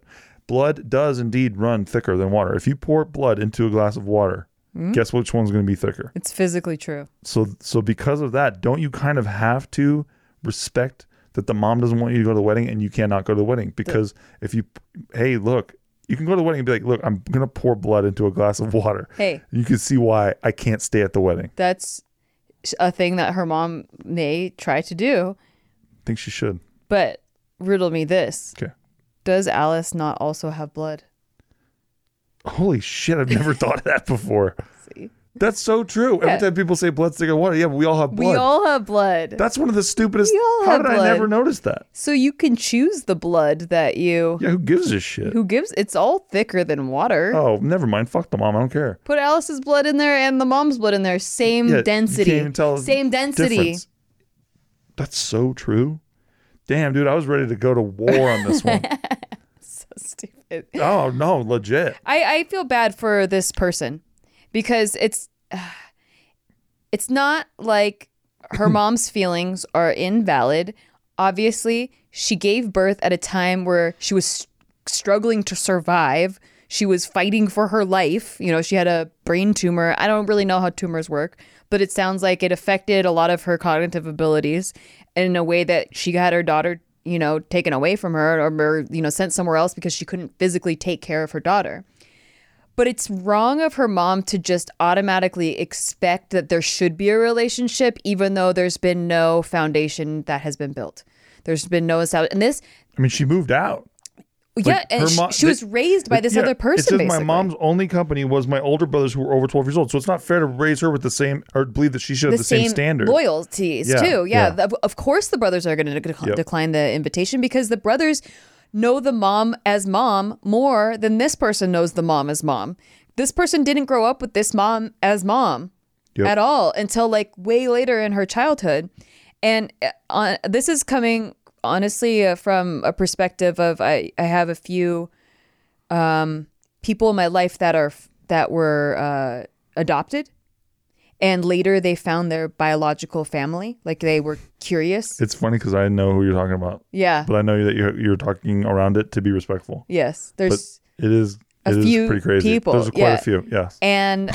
Blood does indeed run thicker than water. If you pour blood into a glass of water, guess which one's going to be thicker. It's physically true. So so because of that, don't you kind of have to respect that the mom doesn't want you to go to the wedding and you cannot go to the wedding because if you, hey, look, you can go to the wedding and be like, look, I'm gonna pour blood into a glass of water. Hey. you can see why I can't stay at the wedding. That's a thing that her mom may try to do. I think she should. But riddle me this Okay. Does Alice not also have blood? Holy shit! I've never thought of that before. See? That's so true. Every Yeah. time people say blood, thicker than water. Yeah, but we all have blood. We all have blood. That's one of the stupidest. We all How have did I never blood. notice that? so you can choose the blood that you. Yeah, who gives a shit? Who gives? It's all thicker than water. Oh, never mind. Fuck the mom. I don't care. Put Alice's blood in there and the mom's blood in there. Same Yeah, you density. can't even tell the Same density. difference. That's so true. Damn, dude, I was ready to go to war on this one. Stupid. oh no, legit. I, I feel bad for this person because it's it's not like her mom's feelings are invalid. Obviously, she gave birth at a time where she was s- struggling to survive. She was fighting for her life. You know, she had a brain tumor. I don't really know how tumors work, but it sounds like it affected a lot of her cognitive abilities in a way that she had her daughter, you know, taken away from her or- or, you know, sent somewhere else because she couldn't physically take care of her daughter. But it's wrong of her mom to just automatically expect that there should be a relationship, even though there's been no foundation that has been built. There's been no established. And this, I mean, she moved out. yeah, and she, mo- she was they- raised by this yeah, other person. It says basically. my mom's only company was my older brothers who were over twelve years old, so it's not fair to raise her with the same or believe that she should have the, same, standard. loyalties Yeah, too. yeah. Yeah, th- of- of course the brothers are going to dec- Yep. decline the invitation because the brothers know the mom as mom more than this person knows the mom as mom. This person didn't grow up with this mom as mom Yep. at all until like way later in her childhood, and uh, on this is coming honestly uh, from a perspective of I I have a few people in my life that are that were uh, adopted and later they found their biological family like they were curious It's funny because I know who you're talking about, yeah but I know that you're, you're talking around it to be respectful. yes But there's it is a it is few pretty crazy. people, There's quite yeah. a few. Yes. and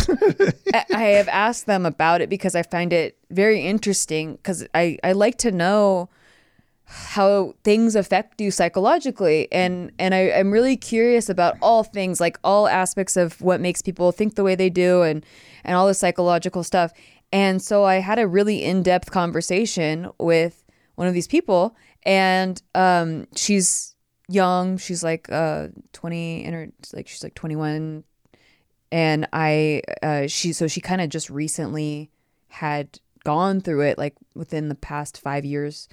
I- I have asked them about it because I find it very interesting because I, I like to know how things affect you psychologically and and I, I'm really curious about all things like all aspects of what makes people think the way they do and and all the psychological stuff and so I had a really in-depth conversation with one of these people and um she's young she's like uh 20 and her like she's like 21 and I uh, she so she kind of just recently had gone through it like within the past five years,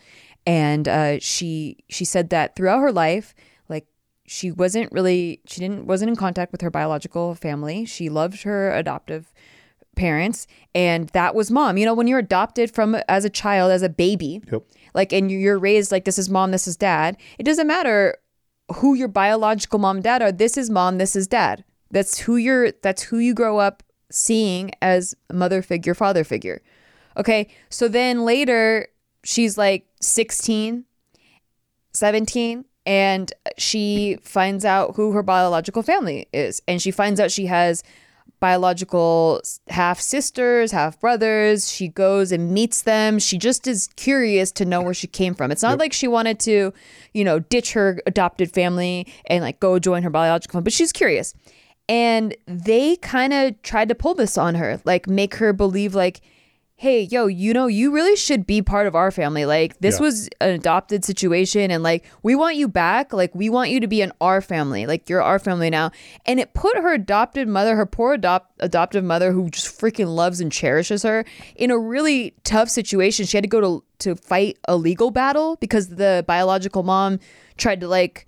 and uh, she she said that throughout her life, like she wasn't really she didn't wasn't in contact with her biological family. She loved her adoptive parents, and that was mom. You know, when you're adopted from as a child as a baby, Yep. like and you- you're raised like this is mom, this is dad. It doesn't matter who your biological mom and dad are this is mom this is dad that's who you're that's who you grow up seeing as mother figure father figure okay so then later she's like 16 17 and she finds out who her biological family is and she finds out she has biological half sisters half brothers she goes and meets them she just is curious to know where she came from it's not like she wanted to you know ditch her adopted family and like go join her biological family but she's curious and they kind of tried to pull this on her like make her believe like hey yo you know you really should be part of our family like this Yeah. was an adopted situation and like we want you back like we want you to be in our family like you're our family now and it put her adopted mother her poor adopt adoptive mother who just freaking loves and cherishes her in a really tough situation she had to go to to fight a legal battle because the biological mom tried to like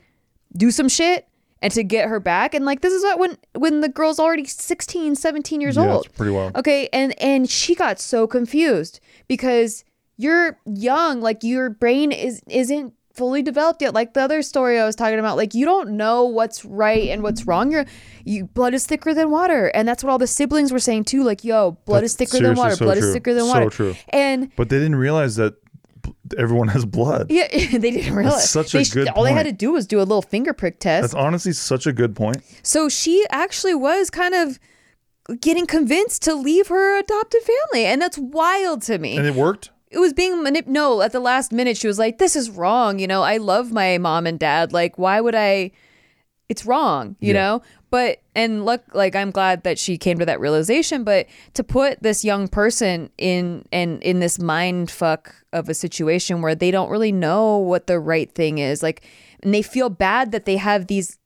do some shit and to get her back and like this is what when when the girl's already 16 17 years Yeah, old it's pretty wild. okay and and she got so confused because you're young like your brain is isn't fully developed yet like the other story i was talking about like you don't know what's right and what's wrong your you blood is thicker than water and that's what all the siblings were saying too like yo blood That's is thicker than seriously water so blood true. is thicker than So water true. and But they didn't realize that b- everyone has blood. yeah they didn't realize such a They sh- good all they had to point. do was do a little finger prick test That's honestly such a good point. So she actually was kind of getting convinced to leave her adopted family. And that's wild to me. And it worked? it was being manip- no at the last minute she was like this is wrong you know i love my mom and dad like why would i it's wrong you know but and look like i'm glad that she came to that realization but to put this young person in and in this mind fuck of a situation where they don't really know what the right thing is like and they feel bad that they have these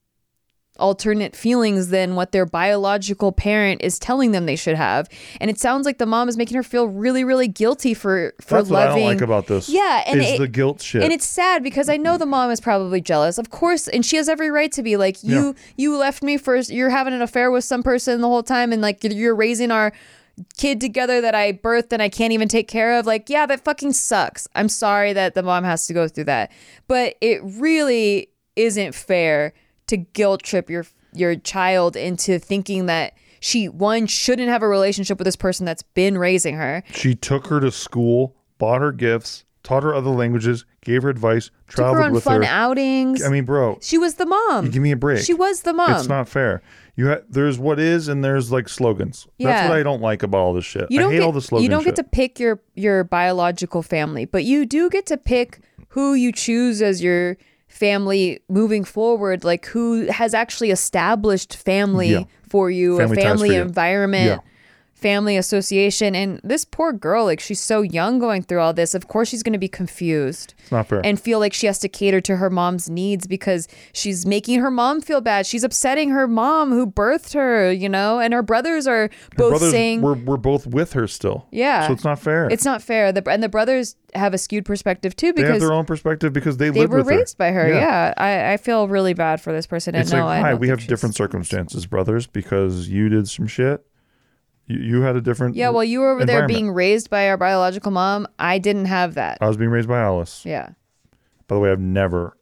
alternate feelings than what their biological parent is telling them they should have. And it sounds like the mom is making her feel really, really guilty for for That's what I loving. don't like about this. Yeah, and is it- the guilt shit. And it's sad because I know the mom is probably jealous, of course, and she has every right to be like, you you left me first. You're having an affair with some person the whole time, and like you're raising our kid together that I birthed and I can't even take care of. Like, yeah, that fucking sucks. I'm sorry that the mom has to go through that, but it really isn't fair to guilt trip your your child into thinking that she one shouldn't have a relationship with this person that's been raising her she took her to school, bought her gifts, taught her other languages, gave her advice, took traveled her on with fun her. outings I mean, bro, she was the mom you give me a break. She was the mom. It's not fair. You ha- there's what is and there's like slogans. Yeah. That's what I don't like about all this shit. you don't I hate get, all the slogan You don't get shit. to pick your your biological family, but you do get to pick who you choose as your family moving forward, like who has actually established family Yeah. for you, Family a ties family for you. environment. Yeah. Family association, and this poor girl, like she's so young going through all this. Of course, she's going to be confused. It's not fair. and feel like she has to cater to her mom's needs because she's making her mom feel bad. She's upsetting her mom who birthed her, you know, and her brothers are Her both brothers saying we're, we're both with her still. Yeah. So it's not fair. it's not fair. The, and the brothers have a skewed perspective too they have because their own perspective because they, they lived were with raised by her. Yeah. Yeah, I, I feel really bad for this person. It's and no, like, I hi, don't we think have she's- different circumstances, brothers, because you did some shit. You, you had a different. Yeah, well, you were over there environment. Oh. being raised by our biological mom. I didn't have that. I was being raised by Alice. Yeah, By the way, I've never.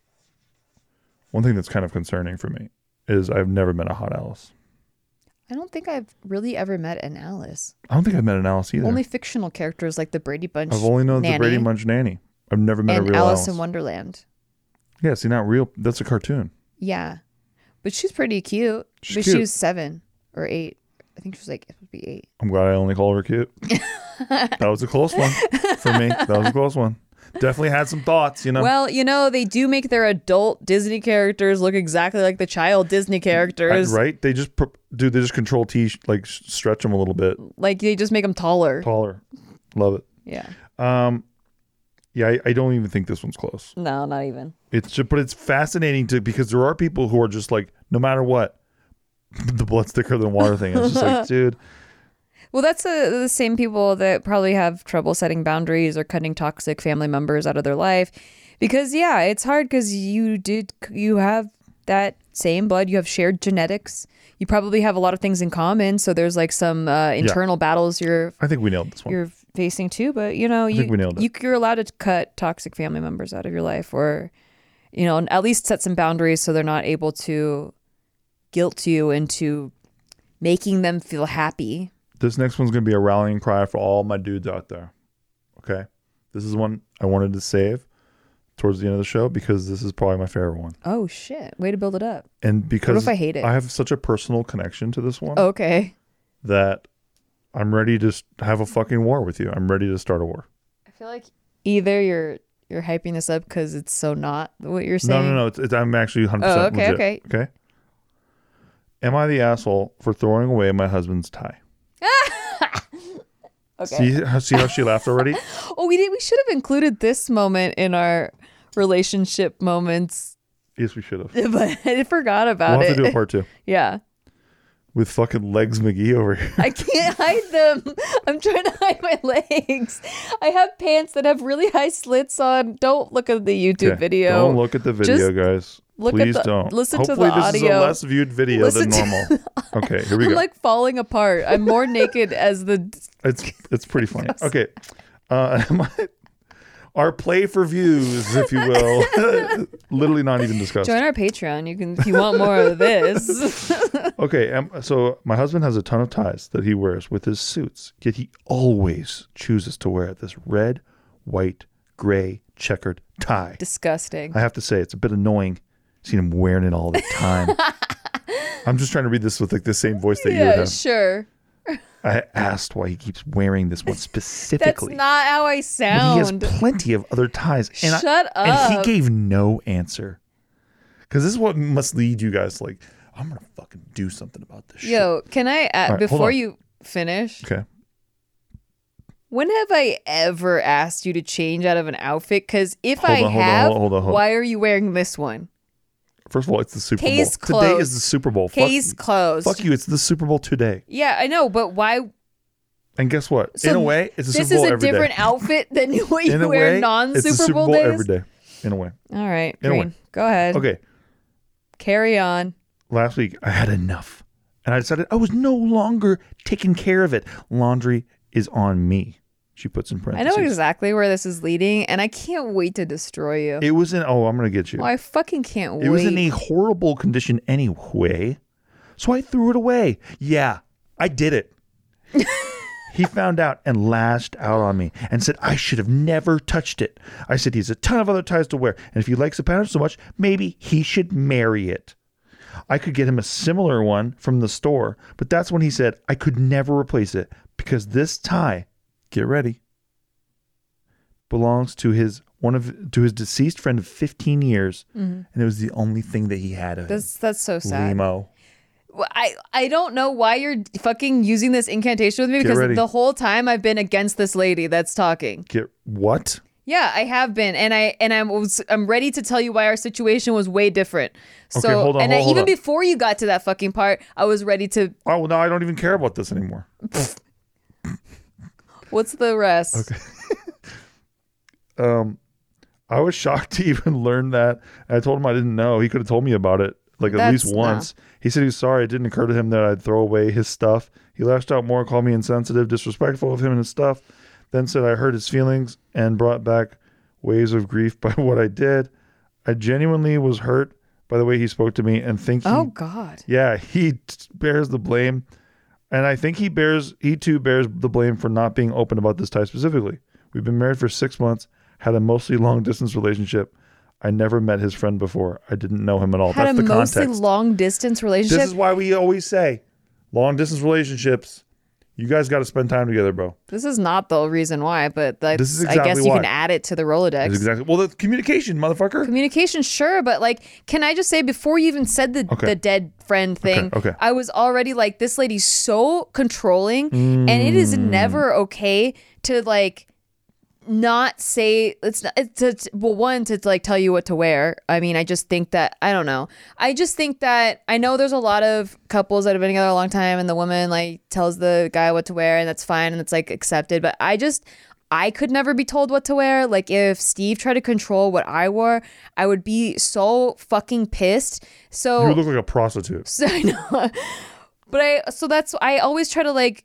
One thing that's kind of concerning for me is I've never met a hot Alice. I don't think I've really ever met an Alice. I don't think I've met an Alice either. Only fictional characters like the Brady Bunch. I've only known nanny the Brady Bunch nanny. I've never met and a real Alice Alice. in Wonderland. yeah, see, not real. That's a cartoon. Yeah. But she's pretty cute. She's but cute. she was seven or eight. I think she was like, it would be eight. I'm glad I only called her cute. that was a close one for me. That was a close one. Definitely had some thoughts, you know. Well, you know, they do make their adult Disney characters look exactly like the child Disney I- characters. right? They just pro- dude, they just control T, sh- like s- stretch them a little bit Like they just make them taller. taller. Love it. Yeah. Um, yeah, I, I don't even think this one's close. No, not even. It's just, but it's fascinating to because there are people who are just like, no matter what, the blood's thicker than water thing. It's just like, dude, Well, that's uh the same people that probably have trouble setting boundaries or cutting toxic family members out of their life, because yeah, it's hard because you did you have that same blood, you have shared genetics, you probably have a lot of things in common, so there's like some uh, internal battles you're I think we nailed this one. you're facing too. But you know, you think we nailed it. you you're allowed to cut toxic family members out of your life, or you know, and at least set some boundaries so they're not able to guilt you into making them feel happy this next one's gonna be a rallying cry for all my dudes out there. Okay, this is one I wanted to save towards the end of the show because this is probably my favorite one, Oh shit! Way to build it up. and because I hate it? Oh. I have such a personal connection to this one Okay. that I'm ready to s- have a fucking war with you. I'm ready to start a war. I feel like either you're you're hyping this up because it's so not what you're saying. No, no, no. It's, it's, I'm actually 100% Oh, okay, legit. Okay. Okay. Am I the asshole for throwing away my husband's tie? See, how- see how she laughed already? Oh, we did. We should have included this moment in our relationship moments, yes, we should have. but I forgot about We'll have it. to do a part two yeah, with fucking legs McGee over here. I can't hide them. I'm trying to hide my legs. I have pants that have really high slits on. Don't look at the YouTube Okay. video. Don't look at the video, Just guys. look at Please the- don't. listen to the Hopefully this is a audio. less viewed video Listen to than normal. okay, here we I'm go. like falling apart. I'm more naked as the It's it's pretty funny. Okay. Uh, am I- our play for views, if you will, literally not even discussed. Join our Patreon. You can if you want more of this. Okay, um, so my husband has a ton of ties that he wears with his suits, yet he always chooses to wear this red, white, gray checkered tie. Disgusting. I have to say, it's a bit annoying seeing him wearing it all the time. I'm just trying to read this with like the same voice that you would Yeah, have. sure. I asked why he keeps wearing this one That's specifically. not how I When sound. He has plenty of other ties. And I- Shut And up. he gave no answer. Because this is what must lead you guys to, like, I'm going to fucking do something about this shit. Yo, can I uh, hold before on. you finish? Okay. When have I ever asked you to change out of an outfit? Because if Hold I on, hold on, have, hold on, hold on, hold on. why are you wearing this one? First of all, it's the Super Case Bowl. Today is closed. the Super Bowl. Fuck- Case closed. Fuck you. It's the Super Bowl today. Yeah, I know, but why? And guess what? So in a way, it's a this Super is Bowl a every day. different outfit than what you In a wear way, non it's a Super Bowl, days. every day. In a way. All right, In a way. Green, go ahead. Okay. carry on. Last week, I had enough. And I decided I was no longer taking care of it. Laundry is on me. She puts in I parentheses. know exactly where this is leading, and I can't wait to destroy you. It was in, oh, I'm going to get you. oh, I fucking can't wait. It was in a horrible condition anyway. So I threw it away. Yeah, I did it. he found out and lashed out on me and said, I should have never touched it. I said, he has a ton of other ties to wear. And if he likes the pattern so much, maybe he should marry it. I could get him a similar one from the store, but that's when he said, I could never replace it because this tie, get ready, belongs to his one of to his deceased friend of 15 years and it was the only thing that he had of him. Mm-hmm. That's that's so sad. Limo. Well, I I don't know why you're fucking using this incantation with me Get because ready. the whole time I've been against this lady that's talking. Get what? Yeah, I have been, and I and I'm was, I'm ready to tell you why our situation was way different. So Okay, hold on, and hold- I, hold even on. before you got to that fucking part, I was ready to. Oh well, now I don't even care about this anymore. What's the rest? Um, I was shocked to even learn that. I told him I didn't know. He could have told me about it like at That's- least once. He said he was sorry. It didn't occur to him that I'd throw away his stuff. He lashed out more, called me insensitive, disrespectful of him and his stuff. Then said I hurt his feelings and brought back waves of grief by what I did. I genuinely was hurt by the way he spoke to me and think he Oh God. Yeah, he t- bears the blame. And I think he bears he too bears the blame for not being open about this tie specifically. We've been married for 6 months, had a mostly long distance relationship. I never met his friend before. I didn't know him at all. Had That's a the mostly context. long distance relationship. this is why we always say long distance relationships you guys got to spend time together, bro. not the reason why, but that's, This is I guess exactly you can why. add it to the That's Rolodex. exactly. Well, the communication, motherfucker. Communication, sure, but like, can I just say before you even said the, Okay. the dead friend thing, okay. I was already like, this lady's so controlling, and it Hmm. is never okay to like not say it's not it's, it's well one to like tell you what to wear i mean i just think that i don't know i just think that i know there's a lot of couples that have been together a long time and the woman like tells the guy what to wear and that's fine and it's like accepted but i just i could never be told what to wear like if steve tried to control what i wore i would be so fucking pissed so you look like a prostitute. so I know. But I so that's I always try to like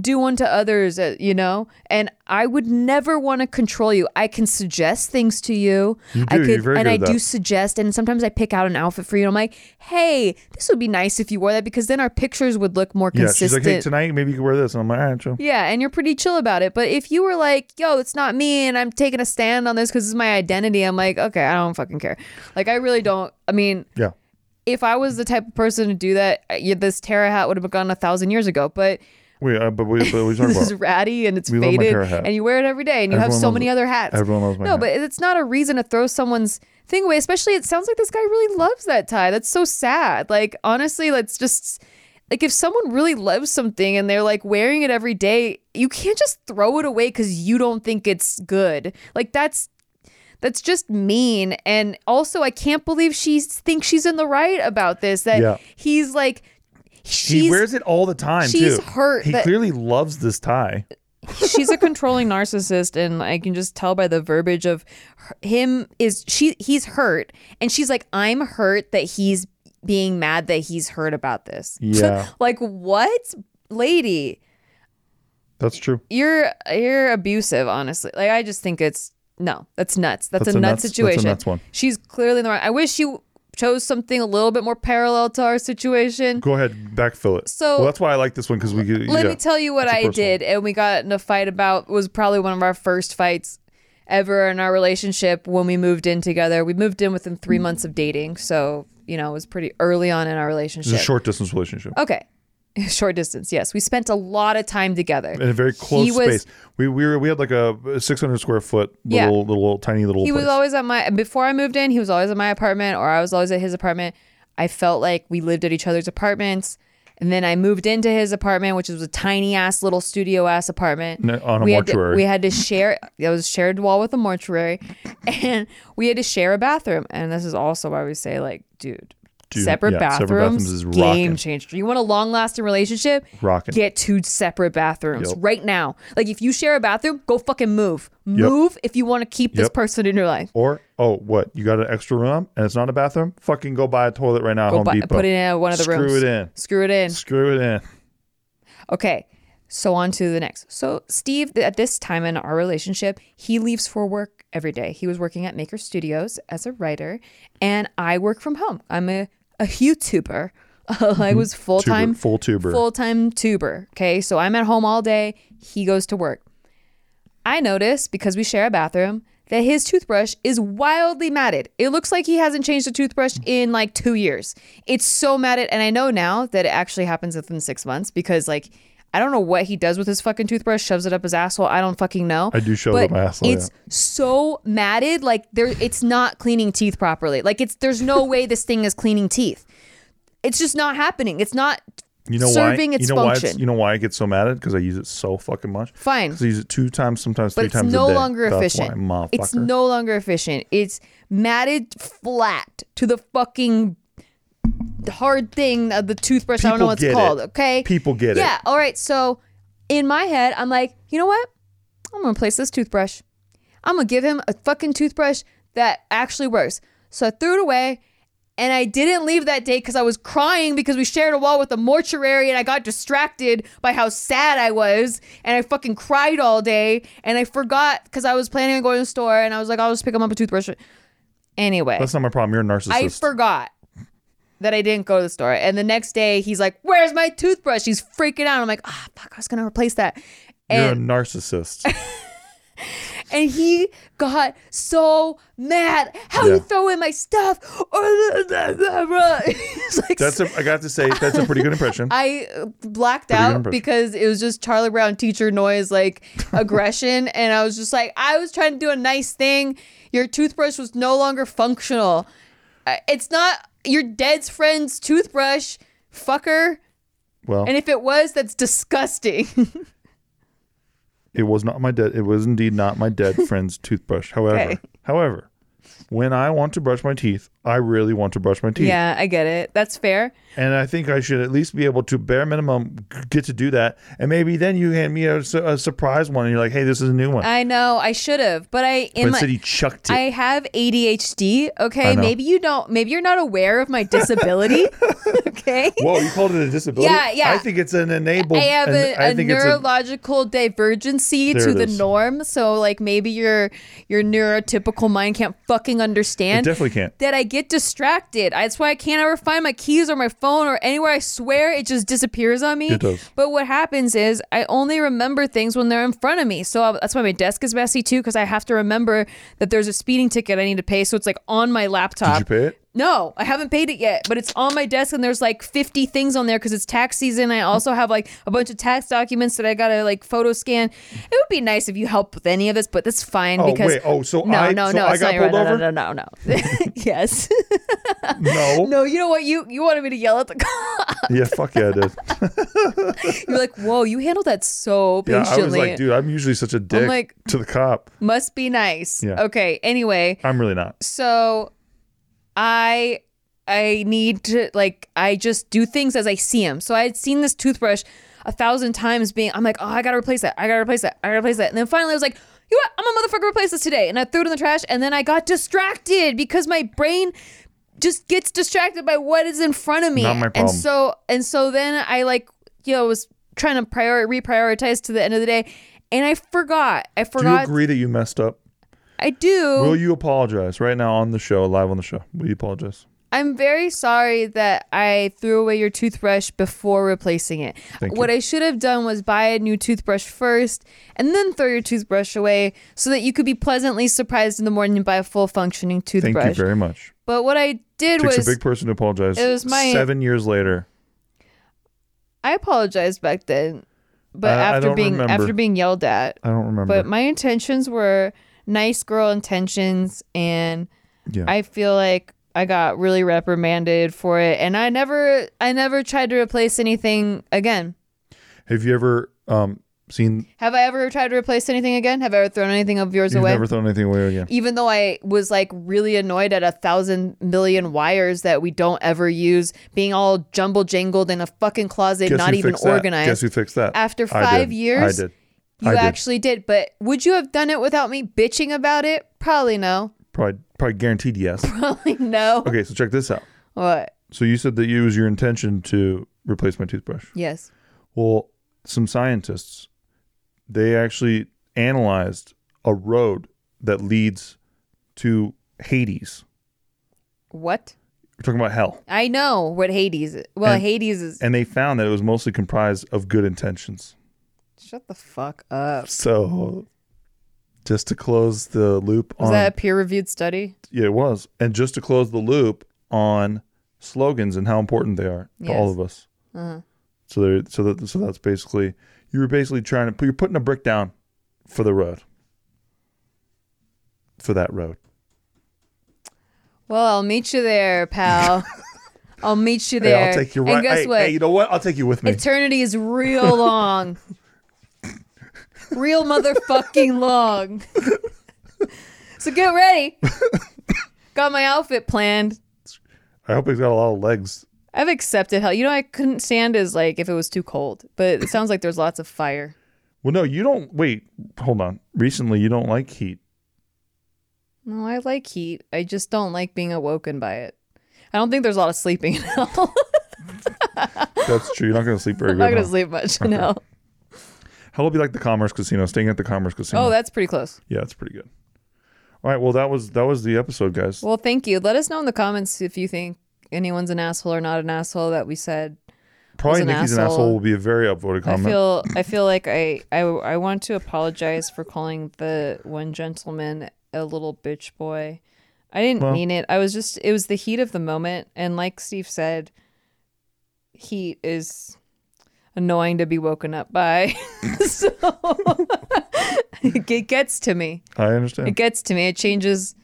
do unto others, uh, you know. And I would never want to control you. I can suggest things to you. You I do, could, you're very and good I at do that. suggest, and sometimes I pick out an outfit for you. And I'm like, hey, this would be nice if you wore that because then our pictures would look more Yeah, she's consistent. like, hey, tonight maybe you could wear this, and I'm like, all right, chill. Yeah, and you're pretty chill about it. But if you were like, yo, it's not me and I'm taking a stand on this because it's my identity, I'm like, okay, I don't fucking care. Like, I really don't. I mean, Yeah. if I was the type of person to do that, uh, yeah, this Terra hat would have been gone a thousand years ago. But Wait, uh, but we, but we talk this about is ratty and it's We love my faded, Terra hat. and you wear it every day, and you have Everyone so loves many it. other hats. Everyone loves my No, hat. but it's not a reason to throw someone's thing away, especially it sounds like this guy really loves that tie. That's so sad. Like honestly, let's just like if someone really loves something and they're like wearing it every day, you can't just throw it away cuz you don't think it's good. Like that's that's just mean and also I can't believe she thinks she's in the right about this that Yeah. he's like she's he wears it all the time. she's too. hurt He that- clearly loves this tie. she's a controlling narcissist and i can just tell by the verbiage of her- him is she he's hurt and she's like i'm hurt that he's being mad that he's hurt about this Yeah. like what lady That's true. you're you're abusive honestly like i just think it's no that's nuts that's, That's a, a nut nuts- that's a situation nuts one. she's clearly in the wrong i wish she chose something a little bit more parallel to our situation Go ahead, backfill it. So- well, that's why I like this one because we could. Let yeah. me tell you what It's a I personal. did, and we got in a fight about was probably one of our first fights ever in our relationship when we moved in together. We moved in within three months of dating, so you know it was pretty early on in our It's a relationship. Oh, short distance relationship. okay, short distance. Yes, we spent a lot of time together. in a very close He was- space. We we were, we had like a 600 square foot Yeah. little little tiny little. He place. was always at my before I moved in. He was always at my apartment, or I was always at his apartment. I felt like we lived at each other's apartments, and then I moved into his apartment, which was a tiny ass little studio ass apartment No, on a we Had mortuary. to, we had to share. It was a shared wall with a mortuary, and we had to share a bathroom. And this is also why we say like, dude. Dude, separate, yeah, bathrooms, separate bathrooms is rocking. game changer. You want a long lasting relationship? Rocking. Get two separate bathrooms Yep. right now. Like if you share a bathroom, go fucking move. Move if you want to keep this Yep. person in your life. Or oh, what you got an extra room and it's not a bathroom? Fucking go buy a toilet right now at Go Home buy, Depot. put it in one of the Screw rooms. it in. Screw it in. Screw it in. Okay. So on to the next. So Steve, th- at this time in our relationship, he leaves for work every day. He was working at Maker Studios as a writer, and I work from home. I'm a, a YouTuber. I was full time full Mm-hmm. tuber. Full time tuber. Okay. So I'm at home all day. He goes to work. I notice because we share a bathroom that his toothbrush is wildly matted. It looks like he hasn't changed a toothbrush in like two years. It's so matted. And I know now that it actually happens within six months because like I don't know what he does with his fucking toothbrush, shoves it up his asshole. I don't fucking know. I do shove it but up my asshole, It's so matted, like there it's not cleaning teeth properly. Like it's there's no way this thing is cleaning teeth. It's just not happening. It's not you know serving why? its you know why? function. It's, you know why I get so mad at? Because I use it so fucking much. Fine. Because I use it two times, sometimes but three it's times no a day. longer That's efficient. Why, motherfucker. it's no longer efficient. It's matted flat to the fucking hard thing of the toothbrush. I don't know People what's get it. called. Okay, People get it. Yeah. All right. So in my head, I'm like, you know what? I'm gonna replace this toothbrush. I'm gonna give him a fucking toothbrush that actually works. So I threw it away. And I didn't leave that day because I was crying because we shared a wall with a mortuary and I got distracted by how sad I was. And I fucking cried all day. And I forgot because I was planning on going to the store and I was like, I'll just pick him up a toothbrush. Anyway. That's not my problem. You're a narcissist. I forgot that I didn't go to the store. And the next day, he's like, "Where's my toothbrush?" He's freaking out. I'm like, "Ah, fuck! I was gonna replace that." You're And a narcissist. and he got so mad. How Yeah. you throw in my stuff? He's like, that's a. I got to say, that's a pretty good impression. I uh, blacked good out impression. because it was just Charlie Brown teacher noise, like aggression. And I was just like, I was trying to do a nice thing. Your toothbrush was no longer functional. Uh, It's not your dead's friend's toothbrush, fucker. well, And if it was, that's disgusting. It was not my dead. It was indeed not my dead friend's toothbrush. However, Okay. however, when I want to brush my teeth, I really want to brush my teeth, yeah, I get it. That's fair. and I think I should at least be able to bare minimum g- get to do that. And maybe then you hand me a, su- a surprise one, and you're like, "Hey, this is a new one." I know I should have, but I but in instead, my, you chucked it. I have ADHD. I Okay, know. maybe you don't. Maybe you're not aware of my disability. okay. Whoa, you called it a disability? Yeah, yeah. I think it's an enabled. I have an- a, I a think it's neurological divergency There to it the is. norm. So like maybe your your neurotypical mind can't fucking It understand definitely can't. that I get distracted. That's why I can't ever find my keys or my phone or anywhere. I swear it just disappears on me. It does. But what happens is I only remember things when they're in front of me. So I- that's why my desk is messy too, because I have to remember that there's a speeding ticket I need to pay. So it's like on my laptop. Did you pay it? No, I haven't paid it yet, but it's on my desk and there's like 50 things on there because it's tax season. I also have like a bunch of tax documents that I gotta like photo scan. It would be nice if you help with any of this, but that's fine Oh, because. wait. Oh, so no, I- no, so no, I it's got not your pulled no, over? no, no, no, no. yes. No. no, you know what? You you wanted me to yell at the cop. Yeah, fuck yeah, I did. You're like, whoa, you handled that so Yeah, patiently. I was like, dude, I'm usually such a dick like- to the cop. Must be nice. Yeah. Okay. Anyway, I'm really not. so i i need to like i just do things as i see them so i had seen this toothbrush a thousand times being i'm like oh i gotta replace that i gotta replace that i gotta replace that and then finally i was like you know what i'm a motherfucker replace this today and i threw it in the trash and then i got distracted because my brain just gets distracted by what is in front of me Not my and problem. so and so then i like you know was trying to prior reprioritize to the end of the day and i forgot i Do you forgot agree that you messed up? i do Will you apologize right now on the show, live on the show? Will you apologize? I'm very sorry that I threw away your toothbrush before replacing it. Thank what I should have done was buy a new toothbrush first and then throw your toothbrush away so that you could be pleasantly surprised in the morning by a full functioning Thank toothbrush. you very much. but what I did Takes was a big person to apologize. it was my- seven years later. I apologized back then, but Uh, I after don't being remember. after being yelled at, I don't remember. but my intentions were nice girl intentions, and yeah. I feel like I got really reprimanded for it, and I never I never tried to replace anything again. Have you ever um seen? Have I ever tried to replace anything again? Have I ever thrown anything of yours You've away? never thrown anything away again. even though I was like really annoyed at a thousand million wires that we don't ever use being all jumble jangled in a fucking closet, Guess not who even fixed that? Guess organized. who fixed that? After I five did. years, I did. You I did. actually did, but would you have done it without me bitching about it? Probably no. Probably, probably guaranteed yes. Probably no. okay, so check this out. What? So you said that it was your intention to replace my toothbrush. Yes. Well, some scientists they actually analyzed a road that leads to Hades. What? We're talking about hell. I know what Hades is. Well, And- Hades is. And they found that it was mostly comprised of good intentions. Shut the fuck up. So just to close the loop Was on that a peer reviewed study? Yeah, it was. And just to close the loop on slogans and how important they are to all Yes. Uh-huh. of us. So there, so that, so that's basically you were basically trying to put you're putting a brick down for the road for that road. Well, I'll meet you there, pal. I'll meet you Hey, there. I'll take you right. And guess hey, what? hey, you know what? I'll take you with me. Eternity is real long. real motherfucking long. so get ready. Got my outfit planned. I hope he's got a lot of legs. I've accepted hell. You know, I couldn't stand is like if it was too cold, but it sounds like there's lots of fire. Well, no, you don't. Wait, hold on. Recently, you don't like heat. No, I like heat. I just don't like being awoken by it. I don't think there's a lot of sleeping in hell. That's true. You're not going to sleep very I'm good. not gonna huh? sleep much in hell. Hell will be like the Commerce Casino, staying at the Commerce Casino. Oh, that's pretty close. yeah, it's pretty good. All right. Well, that was that was the episode, guys. Well, thank you. Let us know in the comments if you think anyone's an asshole or not an asshole that we said was Probably an Nikki's an asshole. asshole will be a very upvoted comment. I feel I feel like I, I I want to apologize for calling the one gentleman a little bitch boy. I didn't Well- mean it. I was just it was the heat of the moment and like Steve said heat is annoying to be woken up by. so it gets to me. I understand. It gets to me. It changes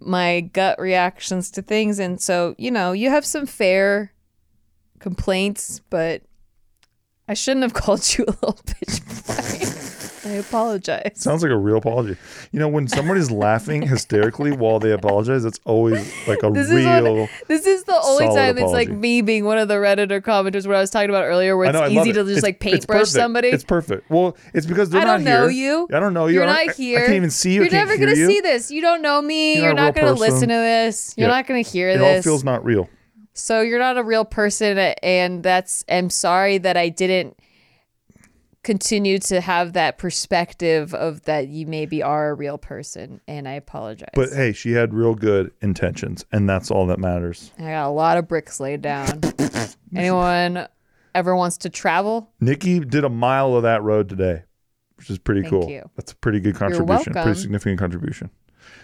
my gut reactions to things and so, you know, you have some fair complaints, but I shouldn't have called you a little bitch boy. I apologize. Sounds like a real apology. You know, when somebody's laughing hysterically while they apologize, it's always like a This is, real. on, this is the only solid time it's like apology. me being one of the Redditor commenters where I was talking about earlier, where I it's know, I love easy it. to just It's- like it's paintbrush perfect. somebody. It's perfect. Well, it's because they're I not don't know here. you. I don't know you. You're I don't- I- not here. I, can't even see you. I You're can't never hear gonna you. see this. You don't know me. You're You're, not a not real gonna person. listen to this. You're Yeah. not gonna hear It all this. feels not real. So you're not a real person, and that's. I'm sorry that I didn't continue to have that perspective of that you maybe are a real person, and I apologize. But eh, hey, she had real good intentions, and that's all that matters. I got a lot of bricks laid down. Anyone ever wants to travel? Nikki did a mile of that road today, which is pretty Thank cool. you. That's a pretty good contribution. welcome. Pretty significant contribution.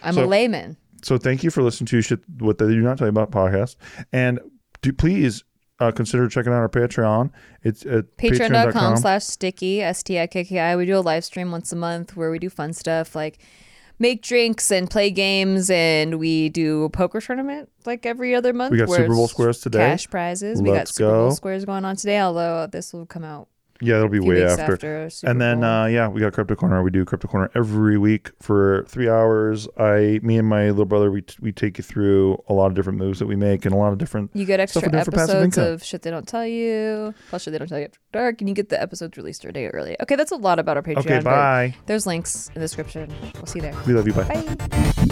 I'm a So- layman. So thank you for listening to shit what they do not tell you about podcast, and do, please uh, consider checking out our Patreon. It's at Patreon.com slash sticky, S T I K K I. We do a live stream once a month where we do fun stuff like make drinks and play games, and we do a poker tournament like every other month. We got where Super Bowl it's squares today. Cash prizes. we got Let's Super Bowl go. squares going on today, although this will come out Yeah, that'll be a few way weeks after. after. Super and then Bowl. uh, yeah, we got Crypto Corner. We do Crypto Corner every week for three hours. I, me and my little brother, we t- we take you through a lot of different moves that we make and a lot of different. You get Stuff we extra do for passive episodes income. of shit they don't tell you, plus shit they don't tell you after dark, and you get the episodes released a day early. Okay, that's a lot about our Patreon. Okay, but bye. There's links in the description. We'll see you there. We love you. Bye. Bye.